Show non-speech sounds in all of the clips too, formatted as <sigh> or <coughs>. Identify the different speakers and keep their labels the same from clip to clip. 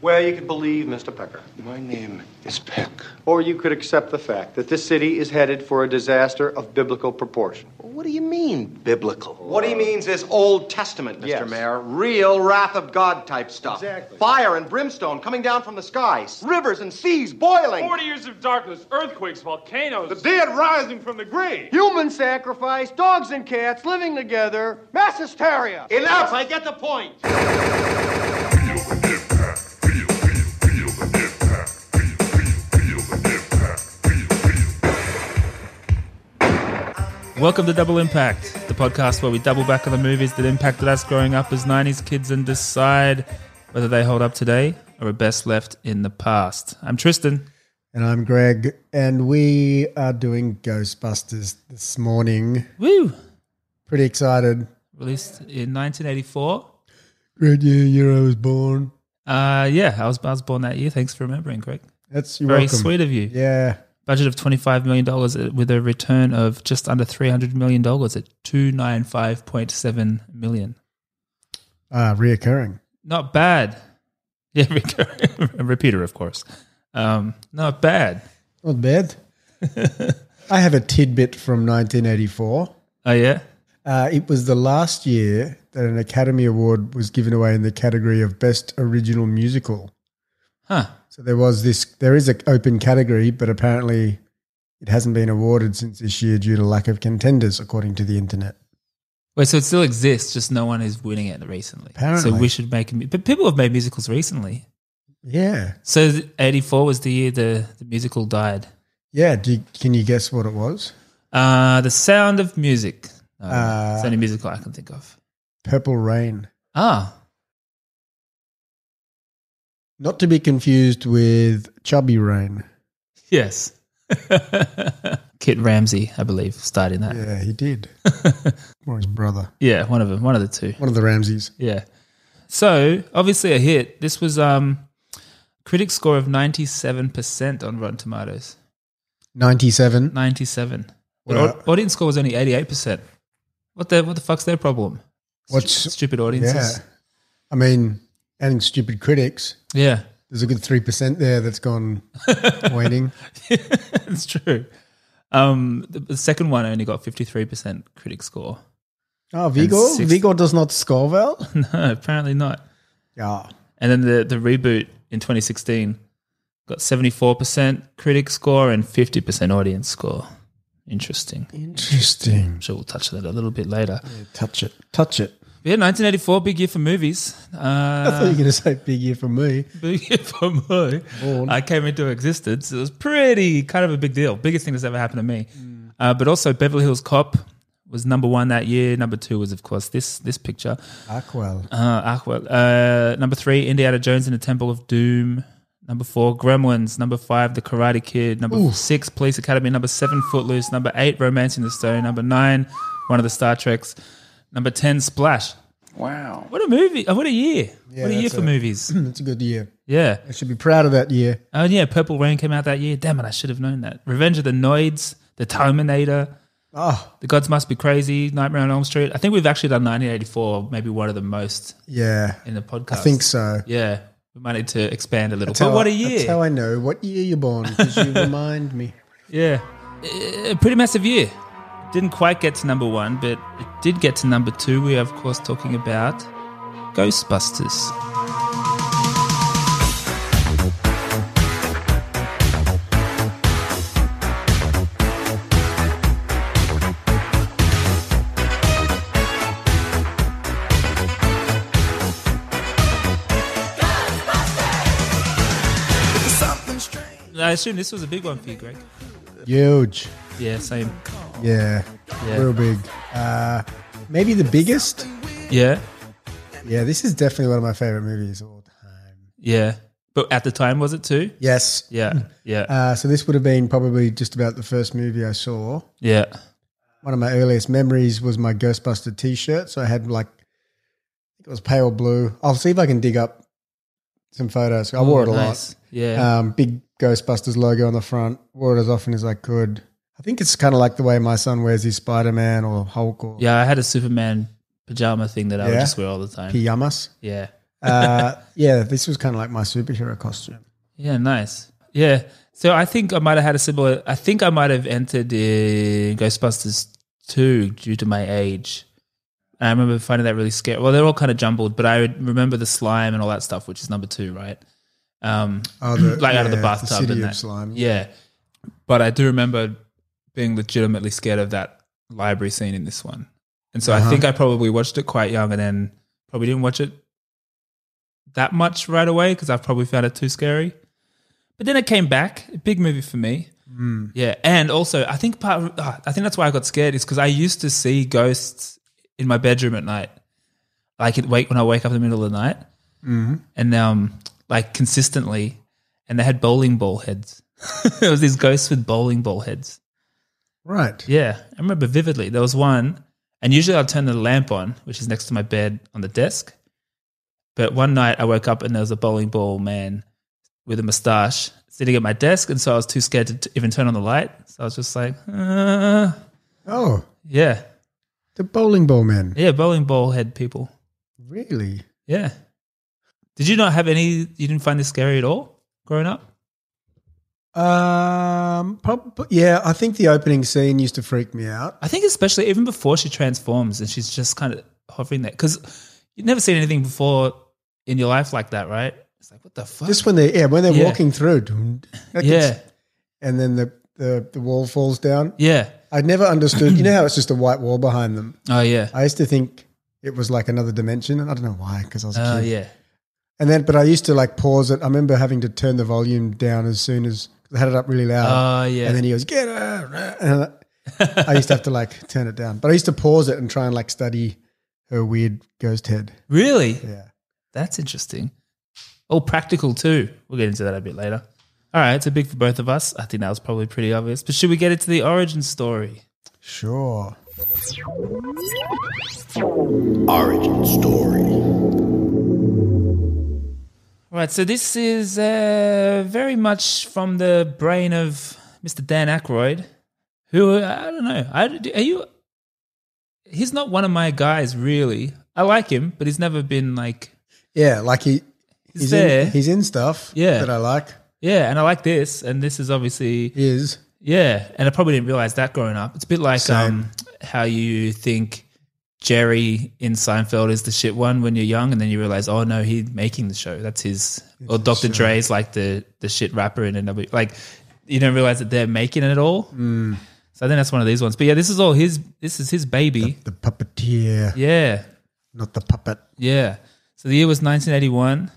Speaker 1: Well, you could believe Mr. Pecker.
Speaker 2: My name is Peck.
Speaker 1: Or you could accept the fact that this city is headed for a disaster of biblical proportion.
Speaker 2: What do you mean, biblical?
Speaker 3: What he means is Old Testament, Mr.
Speaker 1: Yes.
Speaker 3: Mayor. Real wrath of God type stuff.
Speaker 1: Exactly.
Speaker 3: Fire and brimstone coming down from the skies, rivers and seas boiling.
Speaker 4: 40 years of darkness, earthquakes, volcanoes.
Speaker 5: The dead rising from the grave.
Speaker 1: Human sacrifice, dogs and cats living together, mass hysteria.
Speaker 3: Enough! I get the point.
Speaker 6: Welcome to Double Impact, the podcast where we double back on the movies that impacted us growing up as 90s kids and decide whether they hold up today or are best left in the past. I'm Tristan.
Speaker 7: And I'm Greg, and we are doing Ghostbusters this morning.
Speaker 6: Woo!
Speaker 7: Pretty excited.
Speaker 6: Released in 1984.
Speaker 7: Great year, year I was born.
Speaker 6: Uh, yeah, I was, I was born that year. Thanks for remembering, Greg.
Speaker 7: That's you're
Speaker 6: Very
Speaker 7: welcome.
Speaker 6: sweet of you.
Speaker 7: Yeah,
Speaker 6: Budget of $25 million uh, with a return of just under $300 million at 295.7 million.
Speaker 7: uh, reoccurring.
Speaker 6: Not bad. <laughs> Yeah, recurring. <laughs> a repeater, of course. Um, not bad.
Speaker 7: Not bad. <laughs> I have a tidbit from 1984.
Speaker 6: Oh, yeah?
Speaker 7: Uh, it was the last year that an Academy Award was given away in the category of Best Original Musical.
Speaker 6: Huh.
Speaker 7: So there was this. There is an open category, but apparently it hasn't been awarded since this year due to lack of contenders, according to the internet.
Speaker 6: Wait, so it still exists, just no one is winning it recently.
Speaker 7: Apparently.
Speaker 6: So we should make a mu- But people have made musicals recently.
Speaker 7: Yeah.
Speaker 6: So th- 84 was the year the, the musical died.
Speaker 7: Yeah, do you, can you guess what it was?
Speaker 6: Uh, the Sound of Music. No,
Speaker 7: Uh,
Speaker 6: it's the only musical I can think of.
Speaker 7: Purple Rain.
Speaker 6: Ah,
Speaker 7: Not to be confused with Chubby Rain.
Speaker 6: yes. <laughs> Kit Ramsey, I believe, starred in that.
Speaker 7: Yeah,
Speaker 6: <laughs>
Speaker 7: he did. or his brother.
Speaker 6: yeah, one of them, one of the two.
Speaker 7: One of the Ramses.
Speaker 6: Yeah. So obviously a hit. This was um critic score of ninety seven percent on Rotten Tomatoes.
Speaker 7: 97.
Speaker 6: Ninety seven. But
Speaker 7: Wow.
Speaker 6: au- audience score was only eighty eight percent. What the what the fuck's their problem?
Speaker 7: What's-
Speaker 6: stupid
Speaker 7: Yeah.
Speaker 6: audiences?
Speaker 7: I mean, and stupid critics.
Speaker 6: Yeah,
Speaker 7: There's a good 3% there that's
Speaker 6: <laughs>
Speaker 7: gone waning.
Speaker 6: it's true. Um, the, the second one only got fifty three percent critic score.
Speaker 7: Oh, Vigo?
Speaker 6: six-
Speaker 7: Vigo does not score well?
Speaker 6: <laughs> no, apparently not.
Speaker 7: yeah.
Speaker 6: And then the the reboot in twenty sixteen got seventy four percent critic score and fifty percent audience score. Interesting. I'm
Speaker 7: Interesting.
Speaker 6: sure we'll touch on that a little bit later.
Speaker 7: Touch it. Touch it.
Speaker 6: Yeah, 1984, big year for movies.
Speaker 7: I thought you
Speaker 6: Uh,
Speaker 7: were going to say big year for me.
Speaker 6: <laughs> big year for me.
Speaker 7: Born.
Speaker 6: I came into existence. It was pretty kind of a big deal. Biggest thing that's ever happened to me.
Speaker 7: Mm.
Speaker 6: Uh, but also, Beverly Hills Cop was number one that year. Number two was, of course, this this picture.
Speaker 7: Aquel.
Speaker 6: Uh, Aqua. Uh, number three, Indiana Jones and the Temple of Doom. Number four, Gremlins. Number five, The Karate Kid. Number six, Police Academy. Number seven, Footloose. Number eight, Romancing the Stone. Number nine, one of the Star Treks. Number ten, Splash.
Speaker 2: Wow.
Speaker 6: What a movie! Oh, what a year! what a year
Speaker 7: that's
Speaker 6: for
Speaker 7: a-
Speaker 6: movies.
Speaker 7: <clears throat> That's a good year.
Speaker 6: Yeah.
Speaker 7: I should be proud of that year.
Speaker 6: Oh yeah, Purple Rain came out that year. Damn it, I should have known that. Revenge of the Noids, The Terminator,
Speaker 7: Oh,
Speaker 6: The Gods Must Be Crazy, Nightmare on Elm Street. I think we've actually done 1984, maybe one of the most
Speaker 7: yeah.
Speaker 6: in the podcast.
Speaker 7: I think so.
Speaker 6: Yeah, we might need to expand a little.
Speaker 7: That's
Speaker 6: but
Speaker 7: how
Speaker 6: what
Speaker 7: I-
Speaker 6: a
Speaker 7: That's
Speaker 6: year!
Speaker 7: how I know what year you're born
Speaker 6: <laughs>
Speaker 7: because you remind me.
Speaker 6: yeah, a pretty massive year. Didn't quite get to number one, but it did get to number two. We are of course talking about Ghostbusters. I assume this was a big one for you, Greg.
Speaker 7: Huge.
Speaker 6: Yeah, same.
Speaker 7: Yeah.
Speaker 6: Yeah.
Speaker 7: Real big. Uh, maybe the biggest.
Speaker 6: Yeah,
Speaker 7: Yeah, this is definitely one of my favorite movies of all time.
Speaker 6: yeah. But at the time, was it too?
Speaker 7: Yes.
Speaker 6: Yeah, yeah,
Speaker 7: Uh, so this would have been probably just about the first movie I saw.
Speaker 6: yeah.
Speaker 7: One of my earliest memories was my Ghostbuster T-shirt. So I had like, it was pale blue. I'll see if I can dig up some photos. I wore it a lot.
Speaker 6: Nice. Yeah,
Speaker 7: um, big Ghostbusters logo on the front. Wore it as often as I could. I think it's kind of like the way my son wears his Spider Man or Hulk or
Speaker 6: yeah. I had a Superman pajama thing that I would
Speaker 7: Yeah.
Speaker 6: just wear all the time.
Speaker 7: pyjamas.
Speaker 6: yeah,
Speaker 7: Uh, yeah, this was kind of like my superhero costume.
Speaker 6: <laughs> Yeah, nice. Yeah. So I think I might have had a similar. I think I might have entered in Ghostbusters 2 due to my age. And I remember finding that really scary. Well, they're all kind of jumbled, but I remember the slime and all that stuff, which is number two, right? Um,
Speaker 7: Oh, the-
Speaker 6: <clears throat> like out of
Speaker 7: yeah,
Speaker 6: the
Speaker 7: the
Speaker 6: bathtub
Speaker 7: city
Speaker 6: and
Speaker 7: of
Speaker 6: that.
Speaker 7: slime.
Speaker 6: Yeah. But I do remember being legitimately scared of that library scene in this one. And so I think I probably watched it quite young and then probably didn't watch it that much right away because I probably found it too scary. But then it came back, a big movie for me. Yeah, and also I think part of, ah, I think that's why I got scared is because I used to see ghosts in my bedroom at night, like it wake when I wake up in the middle of the night, and um like consistently, and they had bowling ball heads. <laughs> it was these ghosts with bowling ball heads.
Speaker 7: Right.
Speaker 6: Yeah, I remember vividly. There was one, and usually I'll turn the lamp on, which is next to my bed on the desk. But one night I woke up and there was a bowling ball man with a mustache sitting at my desk, and so I was too scared to t- even turn on the light. So I was just like, uh,
Speaker 7: Oh,
Speaker 6: yeah,
Speaker 7: the bowling ball man.
Speaker 6: yeah, bowling ball head people.
Speaker 7: Really?
Speaker 6: Yeah. Did you not have any? You didn't find this scary at all growing up?
Speaker 7: Um, prob- yeah, I think the opening scene used to freak me out.
Speaker 6: I think especially even before she transforms and she's just kind of hovering there because you've never seen anything before in your life like that, right? It's like what the fuck?
Speaker 7: Just when they yeah, when they're
Speaker 6: Yeah.
Speaker 7: walking through, dun- like
Speaker 6: yeah,
Speaker 7: it's- and then the, the the wall falls down.
Speaker 6: yeah,
Speaker 7: I never understood. you know how it's just a white wall behind them.
Speaker 6: oh yeah,
Speaker 7: I used to think it was like another dimension, and I don't know why because I was a
Speaker 6: oh
Speaker 7: kid.
Speaker 6: yeah,
Speaker 7: And then, but I used to like pause it. I remember having to turn the volume down as soon as 'cause I had it up really loud.
Speaker 6: Oh, yeah.
Speaker 7: And then he goes, "Get her!" And I- I used to have to like turn it down, but I used to pause it and try and like study her weird ghost head.
Speaker 6: really?
Speaker 7: Yeah.
Speaker 6: That's interesting. All practical too. We'll get into that a bit later. All right, so big for both of us. I think that was probably pretty obvious. But should we get into the origin story?
Speaker 7: Sure.
Speaker 2: Origin story.
Speaker 6: Right, so this is uh, very much from the brain of Mr. Dan Aykroyd, who uh, I don't know. I, are you? He's not one of my guys, really. I like him, but he's never been like
Speaker 7: Yeah, like he
Speaker 6: he's,
Speaker 7: he's
Speaker 6: there.
Speaker 7: in he's in stuff.
Speaker 6: Yeah.
Speaker 7: that I like
Speaker 6: yeah, and I like this, and this is obviously
Speaker 7: is
Speaker 6: yeah, and I probably didn't realize that growing up. It's a bit like um,
Speaker 7: Same.
Speaker 6: how you think Jerry in Seinfeld is the shit one when you're young, and then you realize, oh no, he's making the show. That's his. or Dr. Dre's like the the shit rapper in another. Like you don't realize that they're making it at all.
Speaker 7: Mm.
Speaker 6: So I think that's one of these ones. But yeah, this is all his. This is his baby.
Speaker 7: the <laughs> puppeteer,
Speaker 6: Yeah,
Speaker 7: not the puppet.
Speaker 6: yeah. So the year was 1981.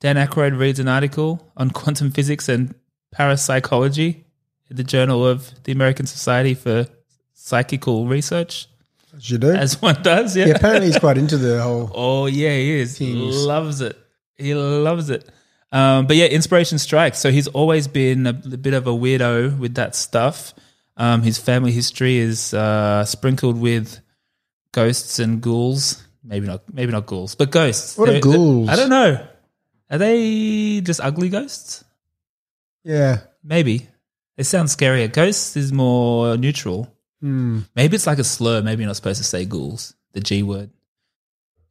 Speaker 6: Dan Aykroyd reads an article on quantum physics and parapsychology in the Journal of the American Society for Psychical Research,
Speaker 7: As you do.
Speaker 6: as one does. Yeah.
Speaker 7: yeah, apparently he's quite into the whole.
Speaker 6: Oh yeah, he is. He
Speaker 7: Things.
Speaker 6: loves it. He loves it. Um, but yeah, inspiration strikes. So he's always been a, a bit of a weirdo with that stuff. Um, his family history is uh, sprinkled with ghosts and ghouls. Maybe not. Maybe not ghouls, but ghosts.
Speaker 7: What are ghouls?
Speaker 6: I don't know. Are they just ugly ghosts?
Speaker 7: Yeah,
Speaker 6: Maybe. It sounds scarier. Ghosts is more neutral. Maybe it's like a slur. Maybe you're not supposed to say ghouls, the G word.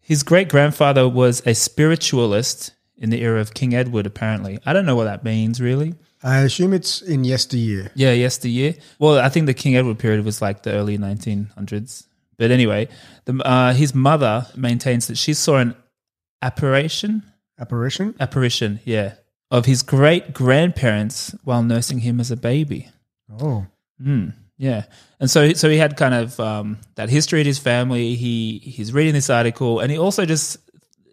Speaker 6: His great grandfather was a spiritualist in the era of King Edward, apparently. I don't know what that means, really.
Speaker 7: I assume it's in yesteryear.
Speaker 6: Yeah, yesteryear. Well, I think the King Edward period was like the early 1900s. But anyway, the, uh, his mother maintains that she saw an apparition
Speaker 7: Apparition.
Speaker 6: apparition, yeah, of his great grandparents while nursing him as a baby. Hmm.
Speaker 7: Oh,
Speaker 6: Yeah, and so so he had kind of um, that history in his family. He he's reading this article, and he also just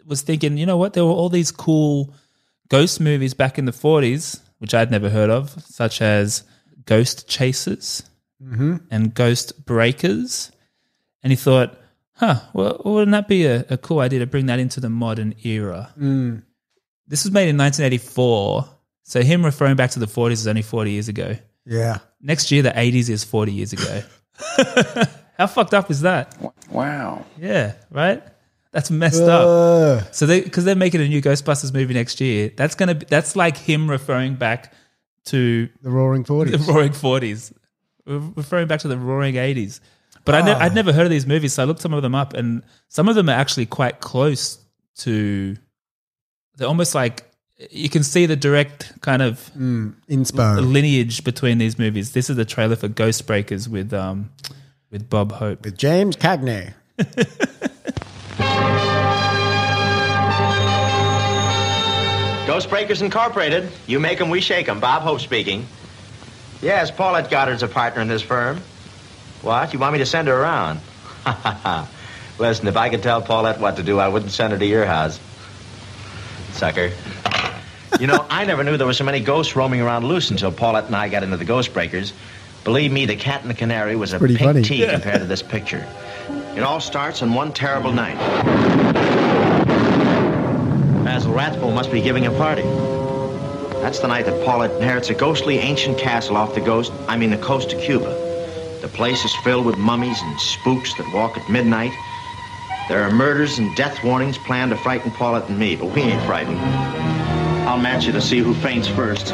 Speaker 6: was thinking, you know what? There were all these cool ghost movies back in the forties, which I'd never heard of, such as Ghost Chasers and Ghost Breakers. And he thought, huh, well, wouldn't that be a, a cool idea to bring that into the modern era? This was made in 1984, so him referring back to the 40s is only 40 years ago.
Speaker 7: yeah.
Speaker 6: Next year, the 80s is 40 years ago. How fucked up is that?
Speaker 2: Wow.
Speaker 6: Yeah, right? That's messed up.
Speaker 7: Uh,
Speaker 6: So they because they're making a new Ghostbusters movie next year. That's gonna be, that's like him referring back to
Speaker 7: the Roaring
Speaker 6: the
Speaker 7: Forties.
Speaker 6: Roaring Forties, Re- referring back to the Roaring Eighties. But I ne-
Speaker 7: Ah.
Speaker 6: I'd never heard of these movies, so I looked some of them up, and some of them are actually quite close to they're almost like you can see the direct kind of
Speaker 7: Mm, inspo
Speaker 6: lineage between these movies. This is the trailer for Ghost Breakers with um with Bob Hope.
Speaker 7: with James Cagney.
Speaker 3: Ghost Breakers Incorporated. You make 'em, we shake 'em. Bob Hope speaking. Yes, Paulette Goddard's a partner in this firm. What? You want me to send her around? <laughs> Listen, if I could tell Paulette what to do, I wouldn't send her to your house. Sucker. You know, I never knew there were so many ghosts roaming around loose until Paulette and I got into the Ghost Breakers. Believe me, the cat and the canary was a
Speaker 7: pretty
Speaker 3: pink
Speaker 7: funny.
Speaker 3: tea compared to this picture. It all starts on one terrible night. Basil Rathbone must be giving a party. That's the night that Paula inherits a ghostly ancient castle off the ghost, I mean the coast of Cuba. The place is filled with mummies and spooks that walk at midnight. There are murders and death warnings planned to frighten Paula and me, but we ain't frightened. I'll match you to see who faints first.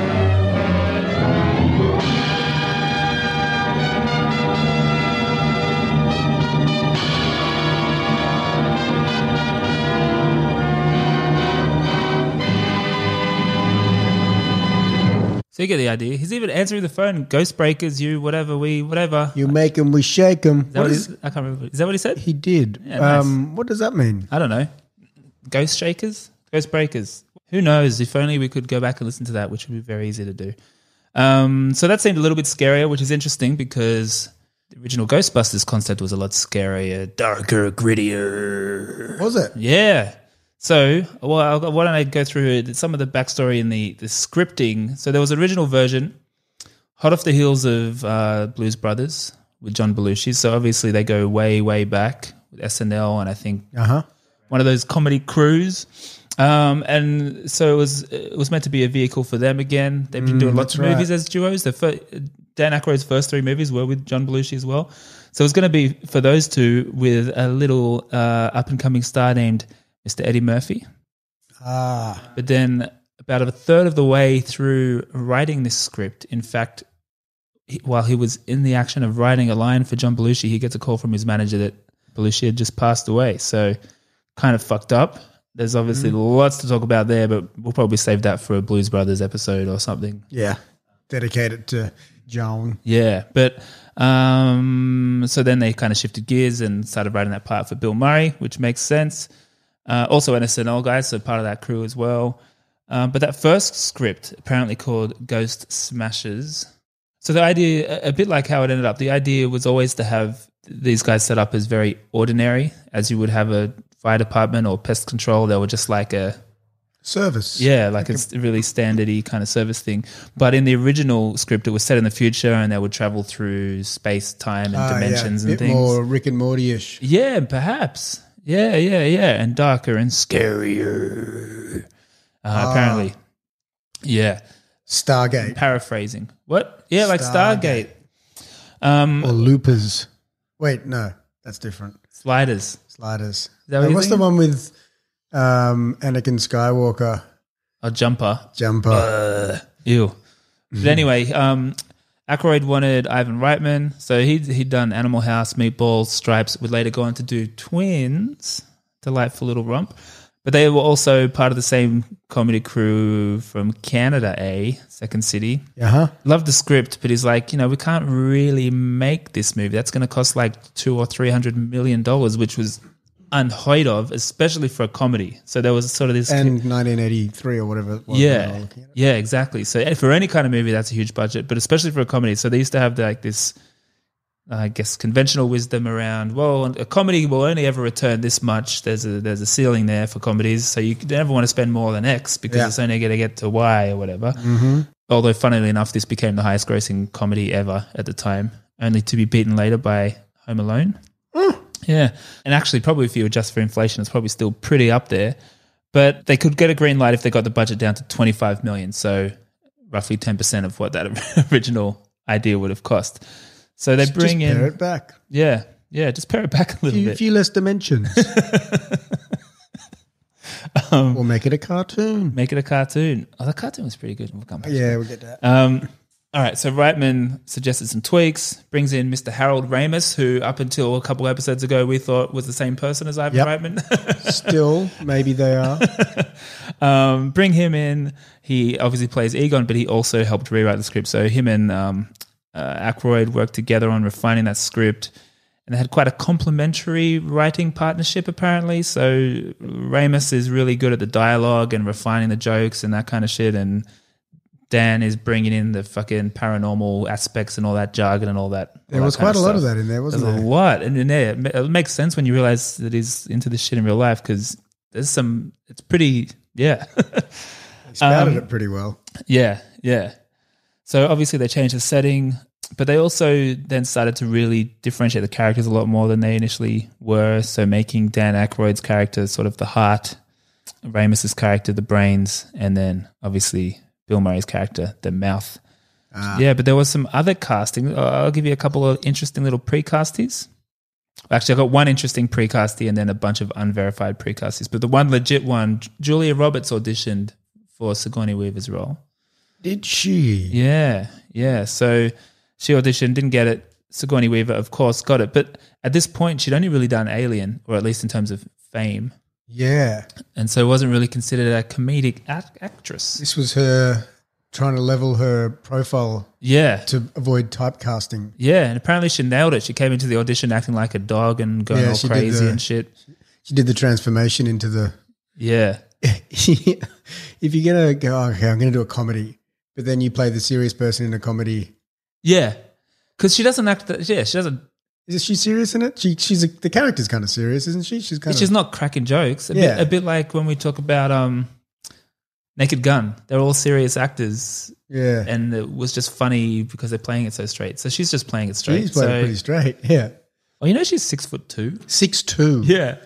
Speaker 6: So you get the idea. He's even answering the phone. Ghost Breakers, you, whatever, we, whatever.
Speaker 7: You make him, we shake him.
Speaker 6: Is that
Speaker 7: What
Speaker 6: what
Speaker 7: is,
Speaker 6: he- I can't remember. Is that what he said?
Speaker 7: he did?
Speaker 6: Yeah, nice.
Speaker 7: um, what does that mean?
Speaker 6: I don't know. Ghost Shakers? Ghost Breakers. Who knows? If only we could go back and listen to that, which would be very easy to do. Um, so that seemed a little bit scarier, which is interesting because the original Ghostbusters concept was a lot scarier, darker, grittier.
Speaker 7: Was it?
Speaker 6: Yeah. So, well, I'll, why don't I go through it- some of the backstory in the, the scripting? So, there was an original version, hot off the heels of uh, Blues Brothers with John Belushi. So, obviously, they go way, way back with SNL and I think
Speaker 7: Uh huh.
Speaker 6: one of those comedy crews. Um, and so it was it was meant to be a vehicle for them again. They've been doing lots of
Speaker 7: right.
Speaker 6: movies as duos. The fir- Dan Aykroyd's first three movies were with John Belushi as well. So it was going to be for those two with a little uh, up and coming star named Mr. Eddie Murphy.
Speaker 7: Ah,
Speaker 6: But then, about a third of the way through writing this script, in fact, he, while he was in the action of writing a line for John Belushi, he gets a call from his manager that Belushi had just passed away. So, kind of fucked up. There's obviously lots to talk about there, but we'll probably save that for a Blues Brothers episode or something.
Speaker 7: yeah. Dedicated to Joan. Ah,
Speaker 6: Yeah, but um, so then they kind of shifted gears and started writing that part for Bill Murray, which makes sense. Uh, also an SNL guy, so part of that crew as well. Um, but that first script, apparently called Ghost Smashes. So the idea, a a bit like how it ended up, the idea was always to have these guys set up as very ordinary, as you would have a fire department or pest control. They were just like a
Speaker 7: Service.
Speaker 6: yeah, like it's really standardy kind of service thing. But in the original script, it was set in the future, and they would travel through space, time, and
Speaker 7: Ah,
Speaker 6: dimensions
Speaker 7: yeah.
Speaker 6: and
Speaker 7: bit
Speaker 6: things.
Speaker 7: more Rick and Morty ish.
Speaker 6: Yeah, perhaps. Yeah, yeah, yeah, and darker and scarier. Uh, Apparently, yeah.
Speaker 7: Ah. Stargate
Speaker 6: Paraphrasing. What? Yeah, like Stargate.
Speaker 7: Stargate.
Speaker 6: Um,
Speaker 7: or Loopers. Wait, no, that's different.
Speaker 6: Sliders.
Speaker 7: Sliders.
Speaker 6: that what
Speaker 7: Uh,
Speaker 6: you're
Speaker 7: what's the one with um, Anakin Skywalker
Speaker 6: A jumper. Uh,
Speaker 7: jumper? Mm.
Speaker 6: Ew. But anyway, um, Aykroyd wanted Ivan Reitman, so he'd, he'd done Animal House, Meatballs, Stripes, would later go on to do Twins, Delightful Little Romp. But they were also part of the same comedy crew from Canada, eh? Second City.
Speaker 7: Uh huh.
Speaker 6: Loved the script, but he's like, you know, we can't really make this movie. That's going to cost like two or three hundred million dollars, which was unheard of, especially for a comedy. So there was sort of this
Speaker 7: And 1983 or whatever. It was when I was
Speaker 6: yeah,
Speaker 7: looking at it.
Speaker 6: yeah, exactly. So eh, for any kind of movie, that's a huge budget, but especially for a comedy. So they used to have like this, I guess, conventional wisdom around. Well, a comedy will only ever return this much. There's a there's a ceiling there for comedies, so you never want to spend more than X because
Speaker 7: Yeah.
Speaker 6: it's only going to get to Y or whatever. Mm-hmm. Although, funnily enough, this became the highest grossing comedy ever at the time, only to be beaten later by Home Alone. Yeah, and actually, probably if you adjust for inflation, it's probably still pretty up there but they could get a green light if they got the budget down to 25 million so roughly 10% of what that <laughs> original idea would have cost so they bring
Speaker 7: Just pare
Speaker 6: in
Speaker 7: it back.
Speaker 6: yeah yeah just pare it back <laughs> a little
Speaker 7: A
Speaker 6: bit
Speaker 7: few less
Speaker 6: <laughs>
Speaker 7: dimensions. we'll make it a cartoon.
Speaker 6: Um, make it a cartoon oh the cartoon was pretty good we'll come back to
Speaker 7: Yeah, we'll get that.
Speaker 6: Um, All right, so Reitman suggested some tweaks, brings in Mr. Harold Ramis, who up until a couple episodes ago we thought was the same person as Ivan
Speaker 7: Yep.
Speaker 6: Reitman. <laughs>
Speaker 7: Still, maybe they are.
Speaker 6: um, bring him in. He obviously plays Egon, but he also helped rewrite the script. So him and um, uh, Aykroyd worked together on refining that script, and they had quite a complementary writing partnership apparently. So Ramus is really good at the dialogue and refining the jokes and that kind of shit, and Dan is bringing in the fucking paranormal aspects and all that jargon and all that.
Speaker 7: There
Speaker 6: all
Speaker 7: was
Speaker 6: that kind
Speaker 7: quite a lot of
Speaker 6: stuff.
Speaker 7: that in there, wasn't
Speaker 6: There's
Speaker 7: there?
Speaker 6: A lot, and, and yeah, it ma- it makes sense when you realize that he's into this shit in real life because there's some. It's pretty, yeah, Um,
Speaker 7: Spouted it pretty well.
Speaker 6: yeah, yeah. So obviously they changed the setting, but they also then started to really differentiate the characters a lot more than they initially were. So making Dan Aykroyd's character sort of the heart, Ramus's character the brains, and then obviously Bill Murray's character the mouth.
Speaker 7: Ah.
Speaker 6: Yeah, but there was some other casting. Uh, I'll give you a couple of interesting little precasties. Actually, I got one interesting precasty and then a bunch of unverified precasties. But the one legit one, Julia Roberts auditioned for Sigourney Weaver's role.
Speaker 7: Did she?
Speaker 6: Yeah, yeah. So she auditioned, didn't get it. Sigourney Weaver, of course, got it. But at this point, she'd only really done Alien, or at least in terms of fame,
Speaker 7: Yeah.
Speaker 6: and so wasn't really considered a comedic act- actress.
Speaker 7: This was her trying to level her profile
Speaker 6: Yeah,
Speaker 7: to avoid typecasting.
Speaker 6: yeah. And apparently, she nailed it. She came into the audition acting like a dog and going
Speaker 7: Yeah,
Speaker 6: all
Speaker 7: she did
Speaker 6: crazy
Speaker 7: the-
Speaker 6: and shit.
Speaker 7: She did the transformation into the. <laughs>
Speaker 6: Yeah,
Speaker 7: if you're going to go, "Oh, okay, I'm going to do a comedy, but then you play the serious person in a comedy.
Speaker 6: yeah. Because she doesn't act. That, yeah, she doesn't.
Speaker 7: Is she serious in it? She, she's a, the character's kind of serious, isn't she? She's kind
Speaker 6: She's
Speaker 7: of.
Speaker 6: not cracking jokes. A,
Speaker 7: Yeah.
Speaker 6: bit, a bit like when we talk about um, Naked Gun. They're all serious actors.
Speaker 7: Yeah.
Speaker 6: and it was just funny because they're playing it so straight. So she's just playing it straight.
Speaker 7: She's played
Speaker 6: so,
Speaker 7: it pretty straight. Yeah.
Speaker 6: Oh, you know she's six foot two.
Speaker 7: Six two.
Speaker 6: Yeah.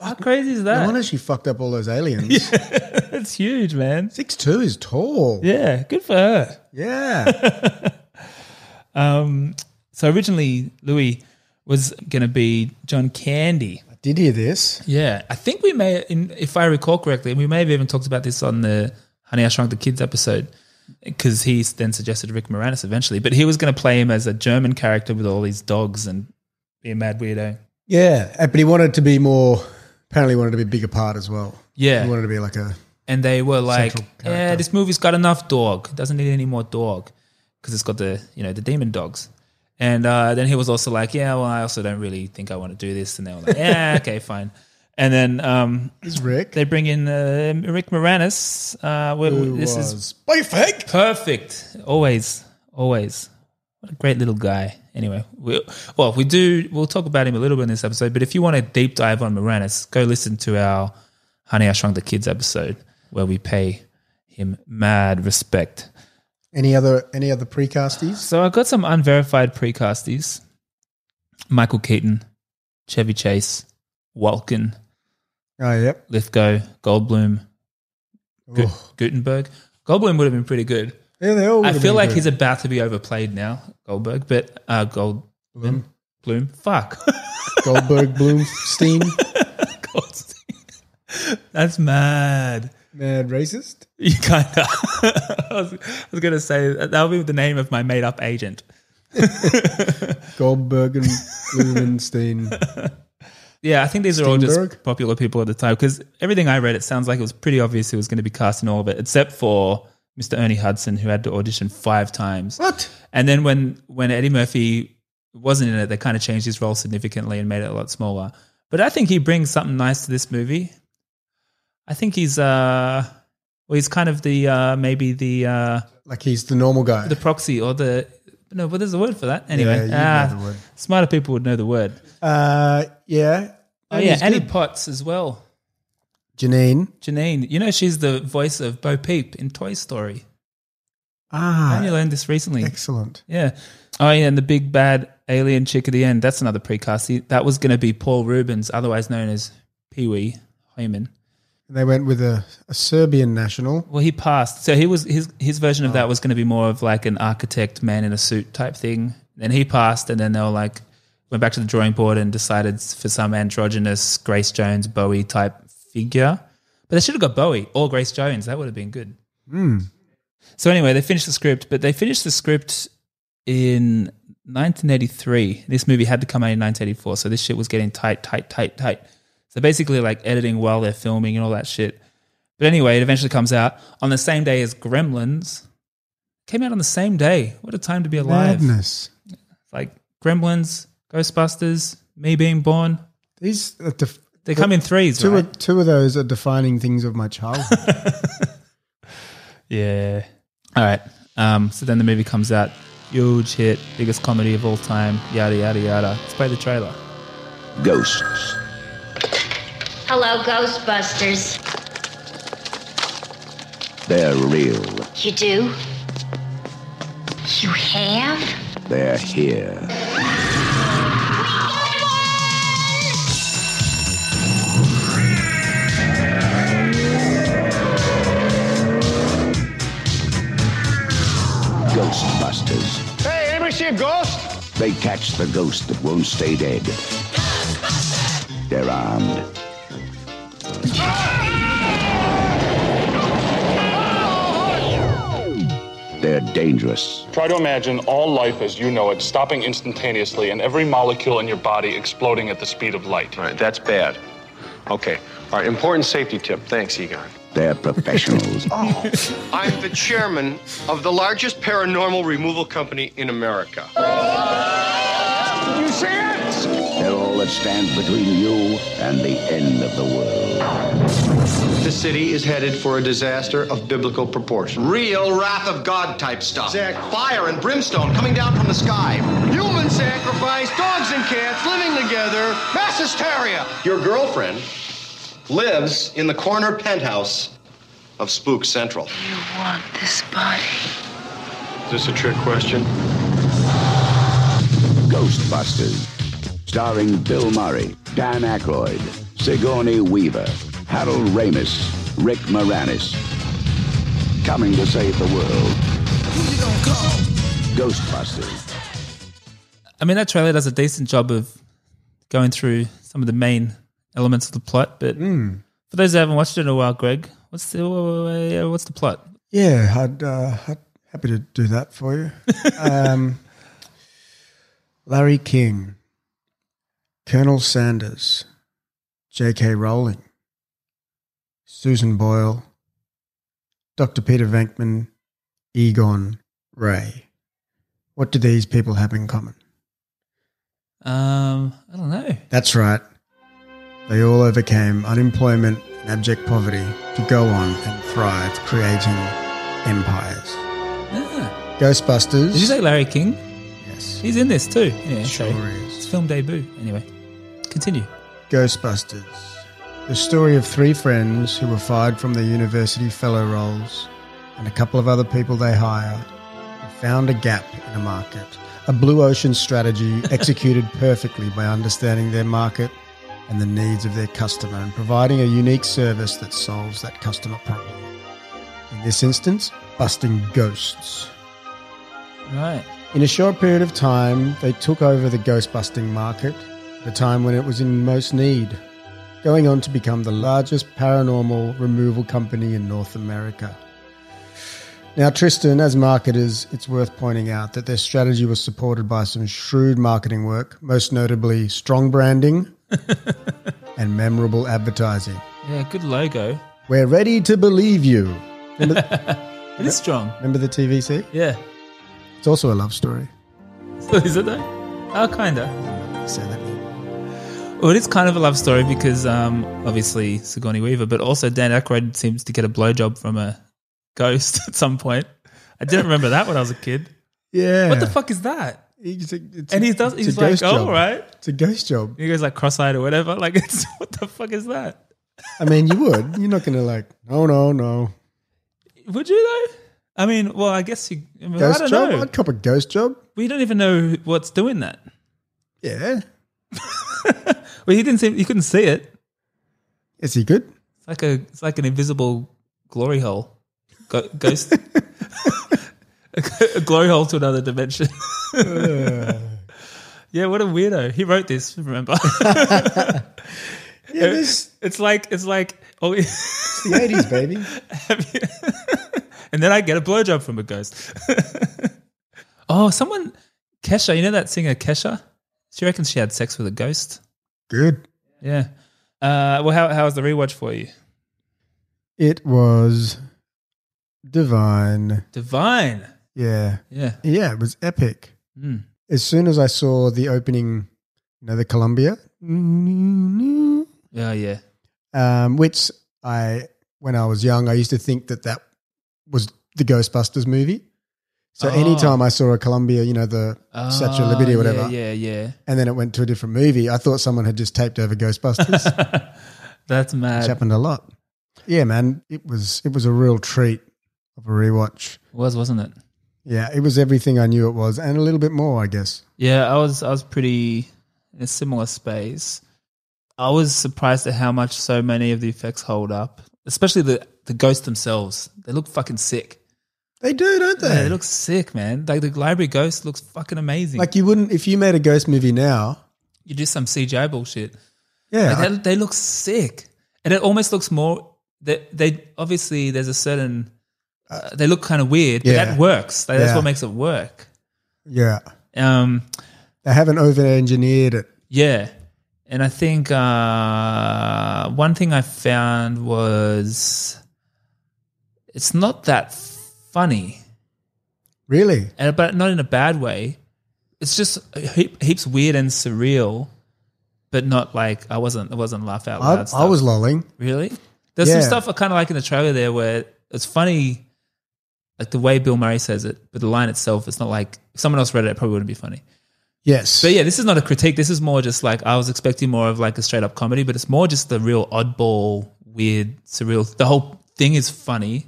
Speaker 6: How crazy is
Speaker 7: No wonder
Speaker 6: that?
Speaker 7: she fucked up all
Speaker 6: <laughs>
Speaker 7: those aliens.
Speaker 6: That's huge, man.
Speaker 7: Six two is tall.
Speaker 6: Yeah, good for her.
Speaker 7: Yeah.
Speaker 6: <laughs> Um, so originally Louis was going to be John Candy.
Speaker 7: I did hear this.
Speaker 6: Yeah, I think we may, in, if I recall correctly, we may have even talked about this on the Honey I Shrunk the Kids episode because he then suggested Rick Moranis eventually, but he was going to play him as a German character with all these dogs and be a mad weirdo.
Speaker 7: Yeah. uh, But he wanted to be more apparently wanted to be a bigger part as well.
Speaker 6: Yeah.
Speaker 7: He wanted to be like a
Speaker 6: and they were like,
Speaker 7: Central
Speaker 6: "Yeah,
Speaker 7: character.
Speaker 6: this movie's got enough dog. It doesn't need any more dog because it's got the you know the demon dogs." And uh, then he was also like, "Yeah, well, I also don't really think I want to do this." And they were like,
Speaker 7: <laughs>
Speaker 6: "Yeah, okay, fine." And then um,
Speaker 7: Is Rick.
Speaker 6: they bring in uh, Rick Moranis. Uh, where,
Speaker 7: who
Speaker 6: this is
Speaker 7: was perfect.
Speaker 6: perfect. Always, always. What a great little guy. Anyway, we, well, we do. We'll talk about him a little bit in this episode. But if you want a deep dive on Moranis, go listen to our "Honey, I Shrunk the Kids" episode where we pay him mad respect.
Speaker 7: Any other any other precasties?
Speaker 6: So I got some unverified precasties: Michael Keaton, Chevy Chase, Walken,
Speaker 7: Oh yep.
Speaker 6: Lithgow, Goldblum, Gu-
Speaker 7: Oh.
Speaker 6: Gutenberg. Goldblum would have been pretty good.
Speaker 7: Yeah, they all
Speaker 6: I feel like he's
Speaker 7: a
Speaker 6: about to be overplayed now, Goldberg, but uh, Gold Bloom. Bloom.
Speaker 7: <laughs>
Speaker 6: Fuck.
Speaker 7: Goldberg Bloomstein
Speaker 6: <laughs> Goldstein. That's mad.
Speaker 7: mad racist.
Speaker 6: <laughs> You kind of. I was, I was going to say that that'll be the name of my made up
Speaker 7: <laughs>
Speaker 6: agent.
Speaker 7: <laughs> Goldberg and Blumenstein.
Speaker 6: Yeah, I think these are all just
Speaker 7: Steinberg?
Speaker 6: popular people at the time because everything I read, it sounds like it was pretty obvious who was going to be cast in all of it, except for Mr. Ernie Hudson, who had to audition five times.
Speaker 7: What?
Speaker 6: And then when when Eddie Murphy wasn't in it, they kind of changed his role significantly and made it a lot smaller. But I think he brings something nice to this movie. I think he's uh well he's kind of the uh maybe the uh
Speaker 7: Like he's the normal guy.
Speaker 6: the proxy or the no, but there's a word for that. Anyway,
Speaker 7: you know
Speaker 6: ah,
Speaker 7: the word.
Speaker 6: smarter <laughs> people would know the word.
Speaker 7: Uh yeah.
Speaker 6: Oh yeah,
Speaker 7: he's
Speaker 6: Annie
Speaker 7: good.
Speaker 6: Potts as well.
Speaker 7: Janine.
Speaker 6: Janine, you know she's the voice of Bo Peep in Toy Story. I
Speaker 7: Ah
Speaker 6: only learned this recently.
Speaker 7: excellent.
Speaker 6: Yeah. Oh yeah, and the big bad alien chick at the end. That's another precast. He- That was going to be Paul Rubens, otherwise known as Pee Wee Homan.
Speaker 7: They went with a, a Serbian national.
Speaker 6: Well, he passed, so he was his his version of that was going to be more of like an architect, man in a suit type thing. Then he passed, and then they were like went back to the drawing board and decided for some androgynous Grace Jones Bowie
Speaker 7: Hmm.
Speaker 6: type figure. But they should have got Bowie or Grace Jones. That would have been good. So anyway, they finished the script, but they finished the script in 1983. This movie had to come out in 1984, so this shit was getting tight, tight, tight, tight. So basically, like editing while they're filming and all that shit. But anyway, it eventually comes out on the same day as Gremlins. Came out on the same day. What a time to be alive!
Speaker 7: Madness.
Speaker 6: Like Gremlins, Ghostbusters, me being born.
Speaker 7: These are def-
Speaker 6: They come in threes,
Speaker 7: two
Speaker 6: right?
Speaker 7: of, two of those are defining things of my childhood.
Speaker 6: <laughs> Yeah. All right. Um, so then the movie comes out, huge hit, biggest comedy of all time, yada yada yada. Let's play the trailer.
Speaker 2: Ghosts.
Speaker 8: Hello, Ghostbusters.
Speaker 2: They're real.
Speaker 8: You do? You have?
Speaker 2: They're here. Ghostbusters.
Speaker 3: Hey, anybody see a ghost?
Speaker 2: They catch the ghost that won't stay dead. They're armed. They're dangerous.
Speaker 4: Try to imagine all life as you know it stopping instantaneously and every molecule in your body exploding at the speed of light.
Speaker 9: All right, that's bad. Okay. All right, important safety tip. Thanks, Egon.
Speaker 2: They're professionals.
Speaker 9: I'm the chairman of the largest paranormal removal company in America.
Speaker 2: They're all that stand between you and the end of the world.
Speaker 1: The city is headed for a disaster of biblical proportion.
Speaker 3: Real wrath of God type stuff.
Speaker 9: Zach, fire and brimstone coming down from the sky. Human sacrifice, dogs and cats living together, mass hysteria. Your girlfriend lives in the corner penthouse of Spook Central.
Speaker 8: You want this body?
Speaker 9: Is this a trick question?
Speaker 2: Ghostbusters. Starring Bill Murray, Dan Aykroyd, Sigourney Weaver, Harold Ramis, Rick Moranis. Coming to save the world. Ghostbusters.
Speaker 6: I mean, that trailer does a decent job of going through some of the main elements of the plot. But for those who haven't watched it in a while, Greg, what's the uh, what's the plot?
Speaker 7: yeah, I'd, uh, I'd happy to do that for you. Um, Larry King, Colonel Sanders, J.K. Rowling, Susan Boyle, Dr. Peter Venkman, Egon Ray. What do these people have in common?
Speaker 6: Um, I don't know.
Speaker 7: That's right. They all overcame unemployment and abject poverty to go on and thrive, creating empires.
Speaker 6: Yeah.
Speaker 7: Ghostbusters.
Speaker 6: Ah. Did you say Larry King?
Speaker 7: Yes.
Speaker 6: He's in this too. Anyway,
Speaker 7: Sure
Speaker 6: sorry.
Speaker 7: is.
Speaker 6: It's film debut. Anyway, continue.
Speaker 7: Ghostbusters. The story of three friends who were fired from their university fellow roles and a couple of other people they hire who found a gap in a market. A blue ocean strategy executed perfectly by understanding their market and the needs of their customer and providing a unique service that solves that customer problem. In this instance, busting ghosts.
Speaker 6: Right.
Speaker 7: In a short period of time, they took over the ghost busting market, the time when it was in most need, going on to become the largest paranormal removal company in North America. Now, Tristan, as marketers, it's worth pointing out that their strategy was supported by some shrewd marketing work, most notably
Speaker 6: <laughs>
Speaker 7: strong branding and memorable advertising.
Speaker 6: Yeah. Good logo.
Speaker 7: We're ready to believe you.
Speaker 6: <laughs> It is strong.
Speaker 7: Remember the TVC?
Speaker 6: Yeah.
Speaker 7: It's also a love story.
Speaker 6: <laughs> is it though? Oh, kinda.
Speaker 7: Say that.
Speaker 6: Well, it is kind of a love story because um, obviously Sigourney Weaver, but also Dan Aykroyd seems to get a blowjob from a ghost <laughs> at some point. I didn't remember that when I was a kid.
Speaker 7: Yeah.
Speaker 6: What the fuck is that?
Speaker 7: He's a, it's
Speaker 6: And
Speaker 7: a-
Speaker 6: he does.
Speaker 7: it's a
Speaker 6: He's like,
Speaker 7: ghost
Speaker 6: "Oh,
Speaker 7: job.
Speaker 6: right."
Speaker 7: It's a ghost job.
Speaker 6: He goes like cross-eyed or whatever. <laughs> Like, it's what the fuck is that?
Speaker 7: I mean, you would. You're not going to like, no, no, no.
Speaker 6: Would you though? I mean, well, I guess you. I, mean, I
Speaker 7: Ghost
Speaker 6: don't
Speaker 7: job?
Speaker 6: know.
Speaker 7: I'd cop a ghost job.
Speaker 6: We don't even know what's doing that.
Speaker 7: Yeah.
Speaker 6: <laughs> Well, he didn't seem. You couldn't see it.
Speaker 7: Is he good?
Speaker 6: It's like a. It's like an invisible glory hole. Go,
Speaker 7: <laughs>
Speaker 6: ghost. <laughs> a glory hole to another dimension.
Speaker 7: <laughs>
Speaker 6: yeah, what a weirdo. He wrote this.
Speaker 7: <laughs>
Speaker 6: Remember,
Speaker 7: Yeah, this
Speaker 6: it's like it's like. Oh, <laughs>
Speaker 7: it's the 80s, baby.
Speaker 6: have you, and then I get a blowjob from a ghost. <laughs> oh, someone, Kesha, you know that singer Kesha? She reckons she had sex with a ghost.
Speaker 7: Good.
Speaker 6: Yeah. Uh, well, how, how was the rewatch for you?
Speaker 7: It was divine.
Speaker 6: Divine.
Speaker 7: Yeah.
Speaker 6: Yeah.
Speaker 7: Yeah, it was epic.
Speaker 6: Mm.
Speaker 7: As soon as I saw the opening, you know, the Columbia, um,
Speaker 6: Yeah, yeah.
Speaker 7: which I, when I was young, I used to think that that was the Ghostbusters movie. So
Speaker 6: Oh.
Speaker 7: anytime I saw a Columbia, you know, the Statue of Liberty or
Speaker 6: yeah,
Speaker 7: whatever,
Speaker 6: Yeah, yeah.
Speaker 7: and then it went to a different movie, I thought someone had just taped over Ghostbusters.
Speaker 6: <laughs> That's mad.
Speaker 7: It's happened a lot. Yeah, man, it was it was a real treat of a rewatch.
Speaker 6: was, wasn't it?
Speaker 7: Yeah, it was everything I knew it was, and a little bit more, I guess.
Speaker 6: Yeah, I was I was pretty in a similar space. I was surprised at how much so many of the effects hold up, especially the the ghosts themselves. They look fucking sick.
Speaker 7: They do, don't
Speaker 6: Yeah,
Speaker 7: they?
Speaker 6: they look sick, man. Like the library ghost looks fucking amazing. Like
Speaker 7: like you wouldn't if you made a ghost movie now.
Speaker 6: you do some CGI bullshit.
Speaker 7: Yeah,
Speaker 6: Like, they, they look sick, and it almost looks more. They, they obviously there's a certain. Uh, they look kind of weird, but
Speaker 7: Yeah.
Speaker 6: that works. Like, That's
Speaker 7: Yeah.
Speaker 6: what makes it work.
Speaker 7: yeah.
Speaker 6: Um,
Speaker 7: They haven't over-engineered it.
Speaker 6: Yeah. And I think uh, one thing I found was it's not that funny,
Speaker 7: Really?
Speaker 6: and- but not in a bad way. It's just heap, heaps weird and surreal, but not like I wasn't. I wasn't laugh out
Speaker 7: I,
Speaker 6: loud.
Speaker 7: I
Speaker 6: stuff.
Speaker 7: was lolling.
Speaker 6: really. There's some
Speaker 7: Yeah.
Speaker 6: stuff I kind of like in the trailer there where it's funny, like the way Bill Murray says it, but the line itself, it's not like if someone else read it, it probably wouldn't be funny.
Speaker 7: Yes.
Speaker 6: But yeah, this is not a critique. This is more just like I was expecting more of like a straight up comedy, but it's more just the real oddball, weird, surreal. The whole thing is funny,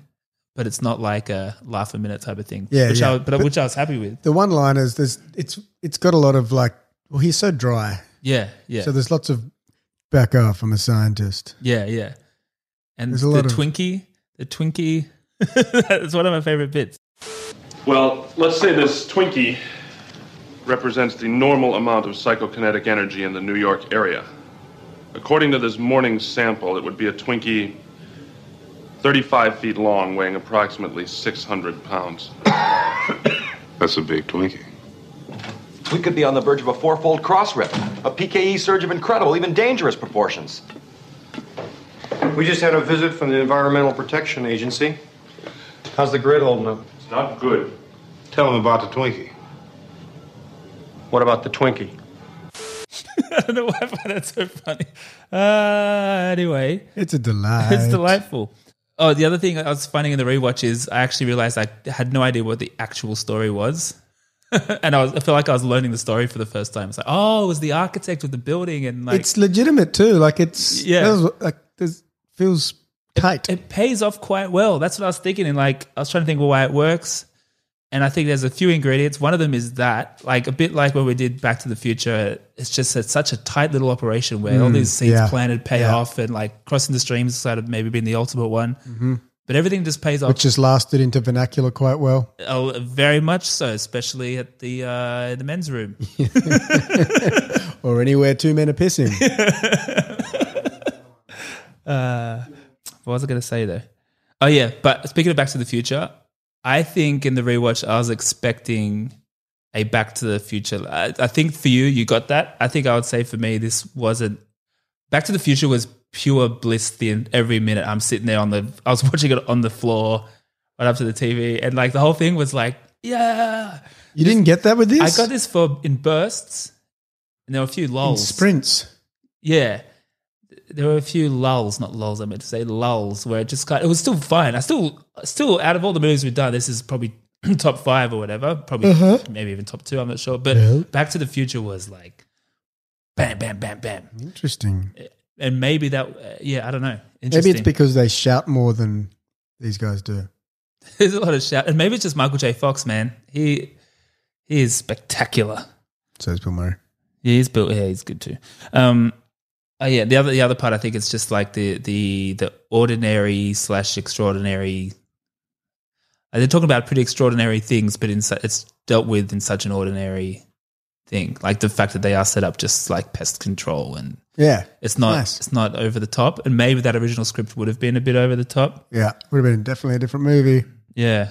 Speaker 6: but it's not like a laugh a minute type of thing.
Speaker 7: Yeah,
Speaker 6: which I,
Speaker 7: yeah.
Speaker 6: but, which I was happy with.
Speaker 7: The one-liners, there's it's it's got a lot of like. Well, he's so dry.
Speaker 6: Yeah, yeah,
Speaker 7: So there's lots of back off. I'm a scientist.
Speaker 6: yeah, yeah. And
Speaker 7: There's
Speaker 6: the
Speaker 7: a lot of-
Speaker 6: Twinkie, the Twinkie, <laughs> that's one of my favorite bits.
Speaker 5: Well, let's say this Twinkie represents the normal amount of psychokinetic energy in the New York area. According to this morning's sample, it would be a Twinkie 35 feet long, weighing approximately 600 pounds.
Speaker 10: <coughs> That's a big Twinkie.
Speaker 9: We could be on the verge of a fourfold cross rip, a PKE surge of incredible, even dangerous proportions.
Speaker 1: We just had a visit from the Environmental Protection Agency. How's the grid holding up?
Speaker 5: It's not good.
Speaker 10: Tell him about the Twinkie.
Speaker 1: What about the Twinkie?
Speaker 6: <laughs> I don't know why I find that so funny. Uh, anyway, <laughs>
Speaker 7: It's a delight.
Speaker 6: It's delightful. Oh, the other thing I was finding in the rewatch is I actually realized I had no idea what the actual story was. <laughs> and I was I feel like I was learning the story for the first time. It's like, oh, it was the architect of the building and like
Speaker 7: it's legitimate too. Like it's
Speaker 6: Yeah.
Speaker 7: that was- like this feels tight.
Speaker 6: it pays off quite well. That's what I was thinking. And like, I was trying to think why it works. And I think there's a few ingredients. One of them is that, like, a bit like when we did Back to the Future, it's just it's such a tight little operation where all these seeds
Speaker 7: Mm, yeah.
Speaker 6: planted pay
Speaker 7: Yeah.
Speaker 6: off, and like crossing the streams side of maybe being the ultimate one. But everything just pays off
Speaker 7: Mm-hmm. which has lasted into vernacular quite well.
Speaker 6: Oh, very much so, especially at the uh, the men's
Speaker 7: <laughs>
Speaker 6: room. <laughs>
Speaker 7: Or anywhere two men
Speaker 6: <laughs>
Speaker 7: are pissing.
Speaker 6: Uh, What was I going to say though? Oh yeah, but speaking of Back to the Future, I think in the rewatch I was expecting a Back to the Future. I, I think for you, you got that. I think I would say for me, this wasn't. Back to the Future was pure bliss. The every minute I'm sitting there on the, I was <laughs> watching it on the floor, right up to the TV, and like the whole thing was like,
Speaker 11: <gasps>
Speaker 6: yeah.
Speaker 7: you didn't get that with this?
Speaker 6: I got this for in bursts, and there were a few
Speaker 7: In
Speaker 6: lulls.
Speaker 7: sprints.
Speaker 6: Yeah. There were a few lulls, not lulls, I meant to say lulls, where it just kind it was still fine. I still, still, out of all the movies we've done, this is probably <clears throat> top five or whatever, probably
Speaker 7: Uh-huh.
Speaker 6: maybe even top two, I'm not sure. But Back to the Future was like bam, bam, bam, bam.
Speaker 7: Interesting.
Speaker 6: And maybe that, uh, yeah, I don't know.
Speaker 7: Maybe
Speaker 6: Interesting.
Speaker 7: it's because they shout more than these guys do.
Speaker 6: <laughs> There's a lot of shout. And maybe it's just Michael J. Fox, man. He, he is spectacular.
Speaker 7: Says Bill Murray.
Speaker 6: Yeah, he's built. Yeah, he's good too. Um, oh yeah, the other the other part I think it's just like the the the ordinary slash extraordinary. uh, They're talking about pretty extraordinary things, but in, su- it's dealt with in such an ordinary thing, like the fact that they are set up just like pest control, and
Speaker 7: Yeah.
Speaker 6: it's not
Speaker 7: Nice.
Speaker 6: it's not over the top. And maybe that original script would have been a bit over the top.
Speaker 7: Yeah. Would have been definitely a different movie.
Speaker 6: Yeah.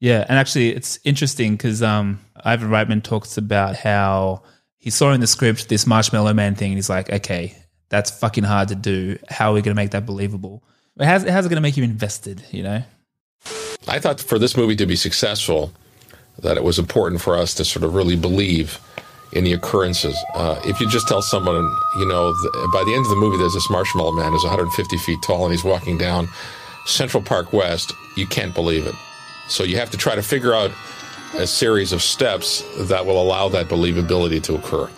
Speaker 6: Yeah. And actually, it's interesting because um, Ivan Reitman talks about how he saw in the script this Marshmallow Man thing and he's like, okay, that's fucking hard to do. How are we going to make that believable? But How's, how's it going to make you invested, you know?
Speaker 12: I thought for this movie to be successful, that it was important for us to sort of really believe in the occurrences. Uh, if you just tell someone, you know, th- by the end of the movie, there's this marshmallow man who's 150 feet tall and he's walking down Central Park West, you can't believe it. So you have to try to figure out a series of steps that will allow that believability to occur.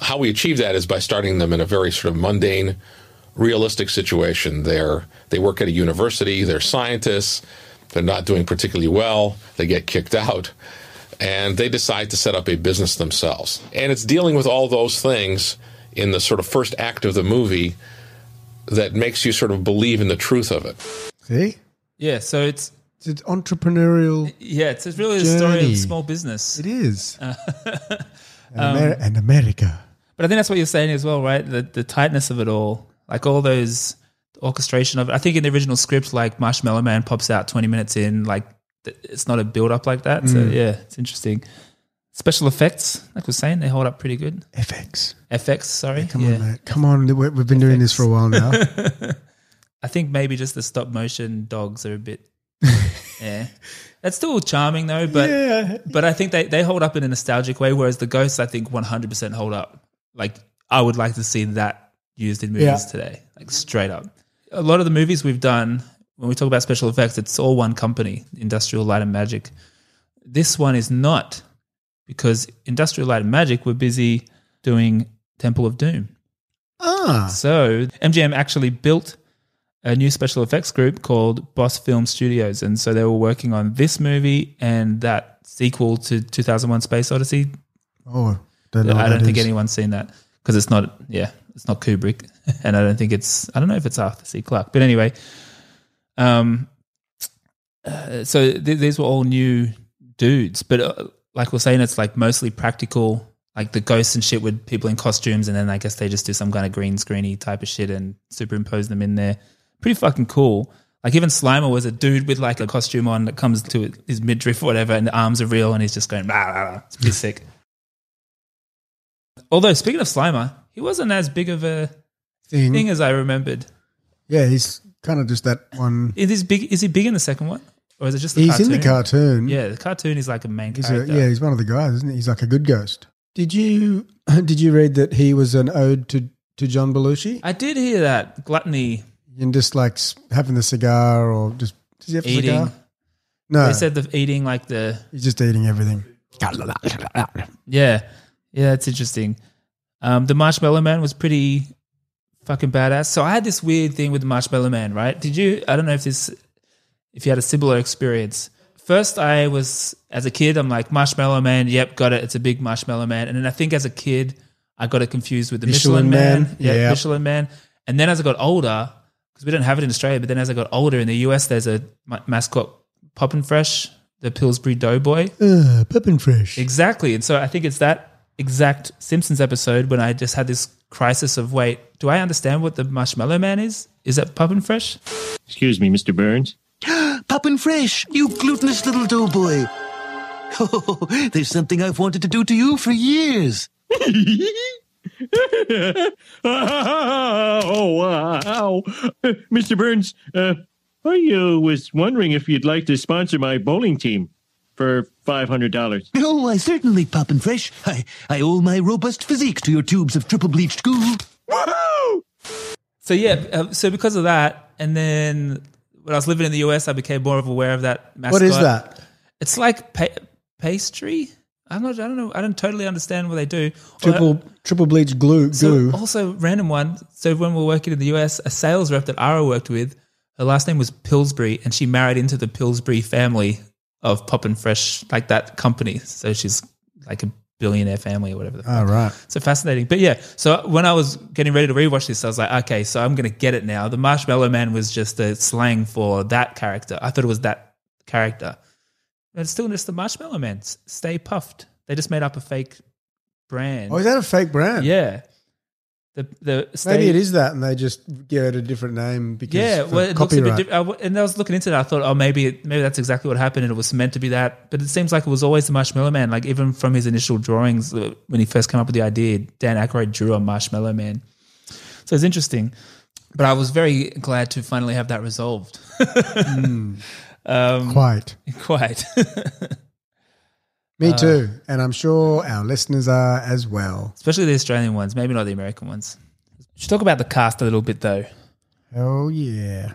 Speaker 12: How we achieve that is by starting them in a very sort of mundane, realistic situation. They're they work at a university, they're scientists, they're not doing particularly well, they get kicked out, and they decide to set up a business themselves. And it's dealing with all those things in the sort of first act of the movie that makes you sort of believe in the truth of it.
Speaker 7: See?
Speaker 6: Yeah. So it's,
Speaker 7: It's an entrepreneurial.
Speaker 6: yeah, it's it's really a story
Speaker 7: Journey.
Speaker 6: of small business. Uh, um, <laughs>
Speaker 7: It is. and, Amer- and America.
Speaker 6: But I think that's what you're saying as well, right? The the tightness of it all, like all those orchestration of it. I think in the original script, like Marshmallow Man pops out 20 minutes in, like th- it's not a build up like that.
Speaker 7: Mm.
Speaker 6: So yeah, it's interesting. Special effects, like we're saying, they hold up pretty good.
Speaker 7: FX.
Speaker 6: FX, sorry,
Speaker 7: Come
Speaker 6: yeah.
Speaker 7: on, mate. Come on. We- We've been doing this for a
Speaker 6: <laughs>
Speaker 7: while now. <laughs>
Speaker 6: I think maybe just the stop motion dogs are a
Speaker 7: <laughs>
Speaker 6: bit. yeah, that's still charming though, but but I think they, they hold up in a nostalgic way, whereas the ghosts I think one hundred percent hold up. Like I would like to see that used in movies
Speaker 7: Yeah.
Speaker 6: today, like straight up. A lot of the movies we've done when we talk about special effects, it's all one company, Industrial Light and Magic. This one is not because Industrial Light and Magic were busy doing Temple of Doom.
Speaker 7: ah.
Speaker 6: So MGM actually built a new special effects group called Boss Film Studios, and so they were working on this movie and that sequel to 2001: Space Odyssey.
Speaker 7: Oh, don't know what
Speaker 6: I
Speaker 7: that
Speaker 6: don't think
Speaker 7: is.
Speaker 6: anyone's seen that because it's not, yeah, it's not Kubrick, <laughs> and I don't think it's, I don't know if it's Arthur C. Clarke, but anyway, um, uh, so th- these were all new dudes, but uh, like we're saying, it's like mostly practical. Like the ghosts and shit with people in costumes, and then I guess they just do some kind of green screeny type of shit and superimpose them in there. Pretty fucking cool. Like even Slimer was a dude with like a costume on that comes to his midriff or whatever, and the arms are real, and he's just going, rah, rah, rah. it's pretty sick. Although speaking of Slimer, he wasn't as big of a
Speaker 7: Thing.
Speaker 6: thing as I remembered.
Speaker 7: Yeah, he's kind of just that one.
Speaker 6: Is he big? Is he big in the second one, or is it just the
Speaker 7: he's
Speaker 6: cartoon?
Speaker 7: in the cartoon.
Speaker 6: Yeah, the cartoon is like a main
Speaker 7: He's a,
Speaker 6: character.
Speaker 7: yeah, he's one of the guys, isn't he? He's like a good ghost. Did you <laughs> did you read that he was an ode to, to John Belushi?
Speaker 6: I did hear that gluttony
Speaker 7: And just like s- having the cigar or just does he have a
Speaker 6: eating.
Speaker 7: cigar? No,
Speaker 6: They said the eating like the
Speaker 7: he's just eating everything.
Speaker 6: <laughs> yeah, yeah. It's interesting. Um, the Marshmallow Man was pretty fucking badass. So I had this weird thing with the Marshmallow Man, right? Did you? I don't know if this, if you had a similar experience. First, I was as a kid, I'm like Marshmallow Man. Yep, got it. It's a big Marshmallow Man. And then I think as a kid, I got it confused with the Michelin,
Speaker 7: Michelin
Speaker 6: Man.
Speaker 7: Man,
Speaker 6: Yeah,
Speaker 7: yeah.
Speaker 6: Michelin Man. And then as I got older, because we don't have it in Australia, but then as I got older in the US, there's a ma- mascot, Poppin' Fresh, the Pillsbury Doughboy.
Speaker 7: Uh, Pippin Fresh.
Speaker 6: Exactly. And so I think it's that exact Simpsons episode when I just had this crisis of wait, do I understand what the Marshmallow Man is? Is that Puffin Fresh?
Speaker 13: Excuse me, Mr. Burns.
Speaker 11: Poppin' Fresh, you glutinous little doughboy. <laughs> Oh, there's something I've wanted to do to you for years.
Speaker 13: <laughs>
Speaker 11: <laughs>
Speaker 13: oh, wow. Mr. Burns, uh, I uh, was wondering if you'd like to sponsor my bowling team for $500.
Speaker 11: Oh, I certainly, Poppin' Fresh. I, I owe my robust physique to your tubes of triple bleached goo.
Speaker 6: So yeah, uh, so because of that, and then when I was living in the US, I became more of aware of that mascot.
Speaker 7: What is that?
Speaker 6: It's like pa- pastry. I'm not. I don't know. I don't totally understand what they do.
Speaker 7: Triple triple bleach glue
Speaker 6: So oh,
Speaker 7: goo.
Speaker 6: also random one. So when we were working in the US, a sales rep that Ara worked with, her last name was Pillsbury, and she married into the Pillsbury family of Pop and Fresh, like that company. So she's like a billionaire family or whatever. the
Speaker 7: All Ah, right.
Speaker 6: so fascinating. But yeah, so when I was getting ready to rewatch this, I was like, okay, so I'm going to get it now. The Marshmallow Man was just a slang for that character. I thought it was that character. But it's still just the Marshmallow Man. S- Stay puffed. They just made up a fake brand.
Speaker 7: Oh, is that a fake brand?
Speaker 6: yeah. The the
Speaker 7: Maybe
Speaker 6: stage-
Speaker 7: it is that, and they just give it a different name because
Speaker 6: yeah,
Speaker 7: for
Speaker 6: well, it looks a
Speaker 7: copyright.
Speaker 6: bit different. I w- And I was looking into that. I thought, oh, maybe it, maybe that's exactly what happened, and it was meant to be that. But it seems like it was always the Marshmallow Man. Like even from his initial drawings uh, when he first came up with the idea, Dan Aykroyd drew a Marshmallow Man. So it's interesting. But I was very glad to finally have that resolved. <laughs> um,
Speaker 7: Hmm. Quite.
Speaker 6: <laughs> quite.
Speaker 7: Me
Speaker 6: Uh,
Speaker 7: too, and I'm sure our listeners are as well.
Speaker 6: especially the Australian ones, maybe not the American ones. Should talk about the cast a little bit though.
Speaker 7: Oh yeah,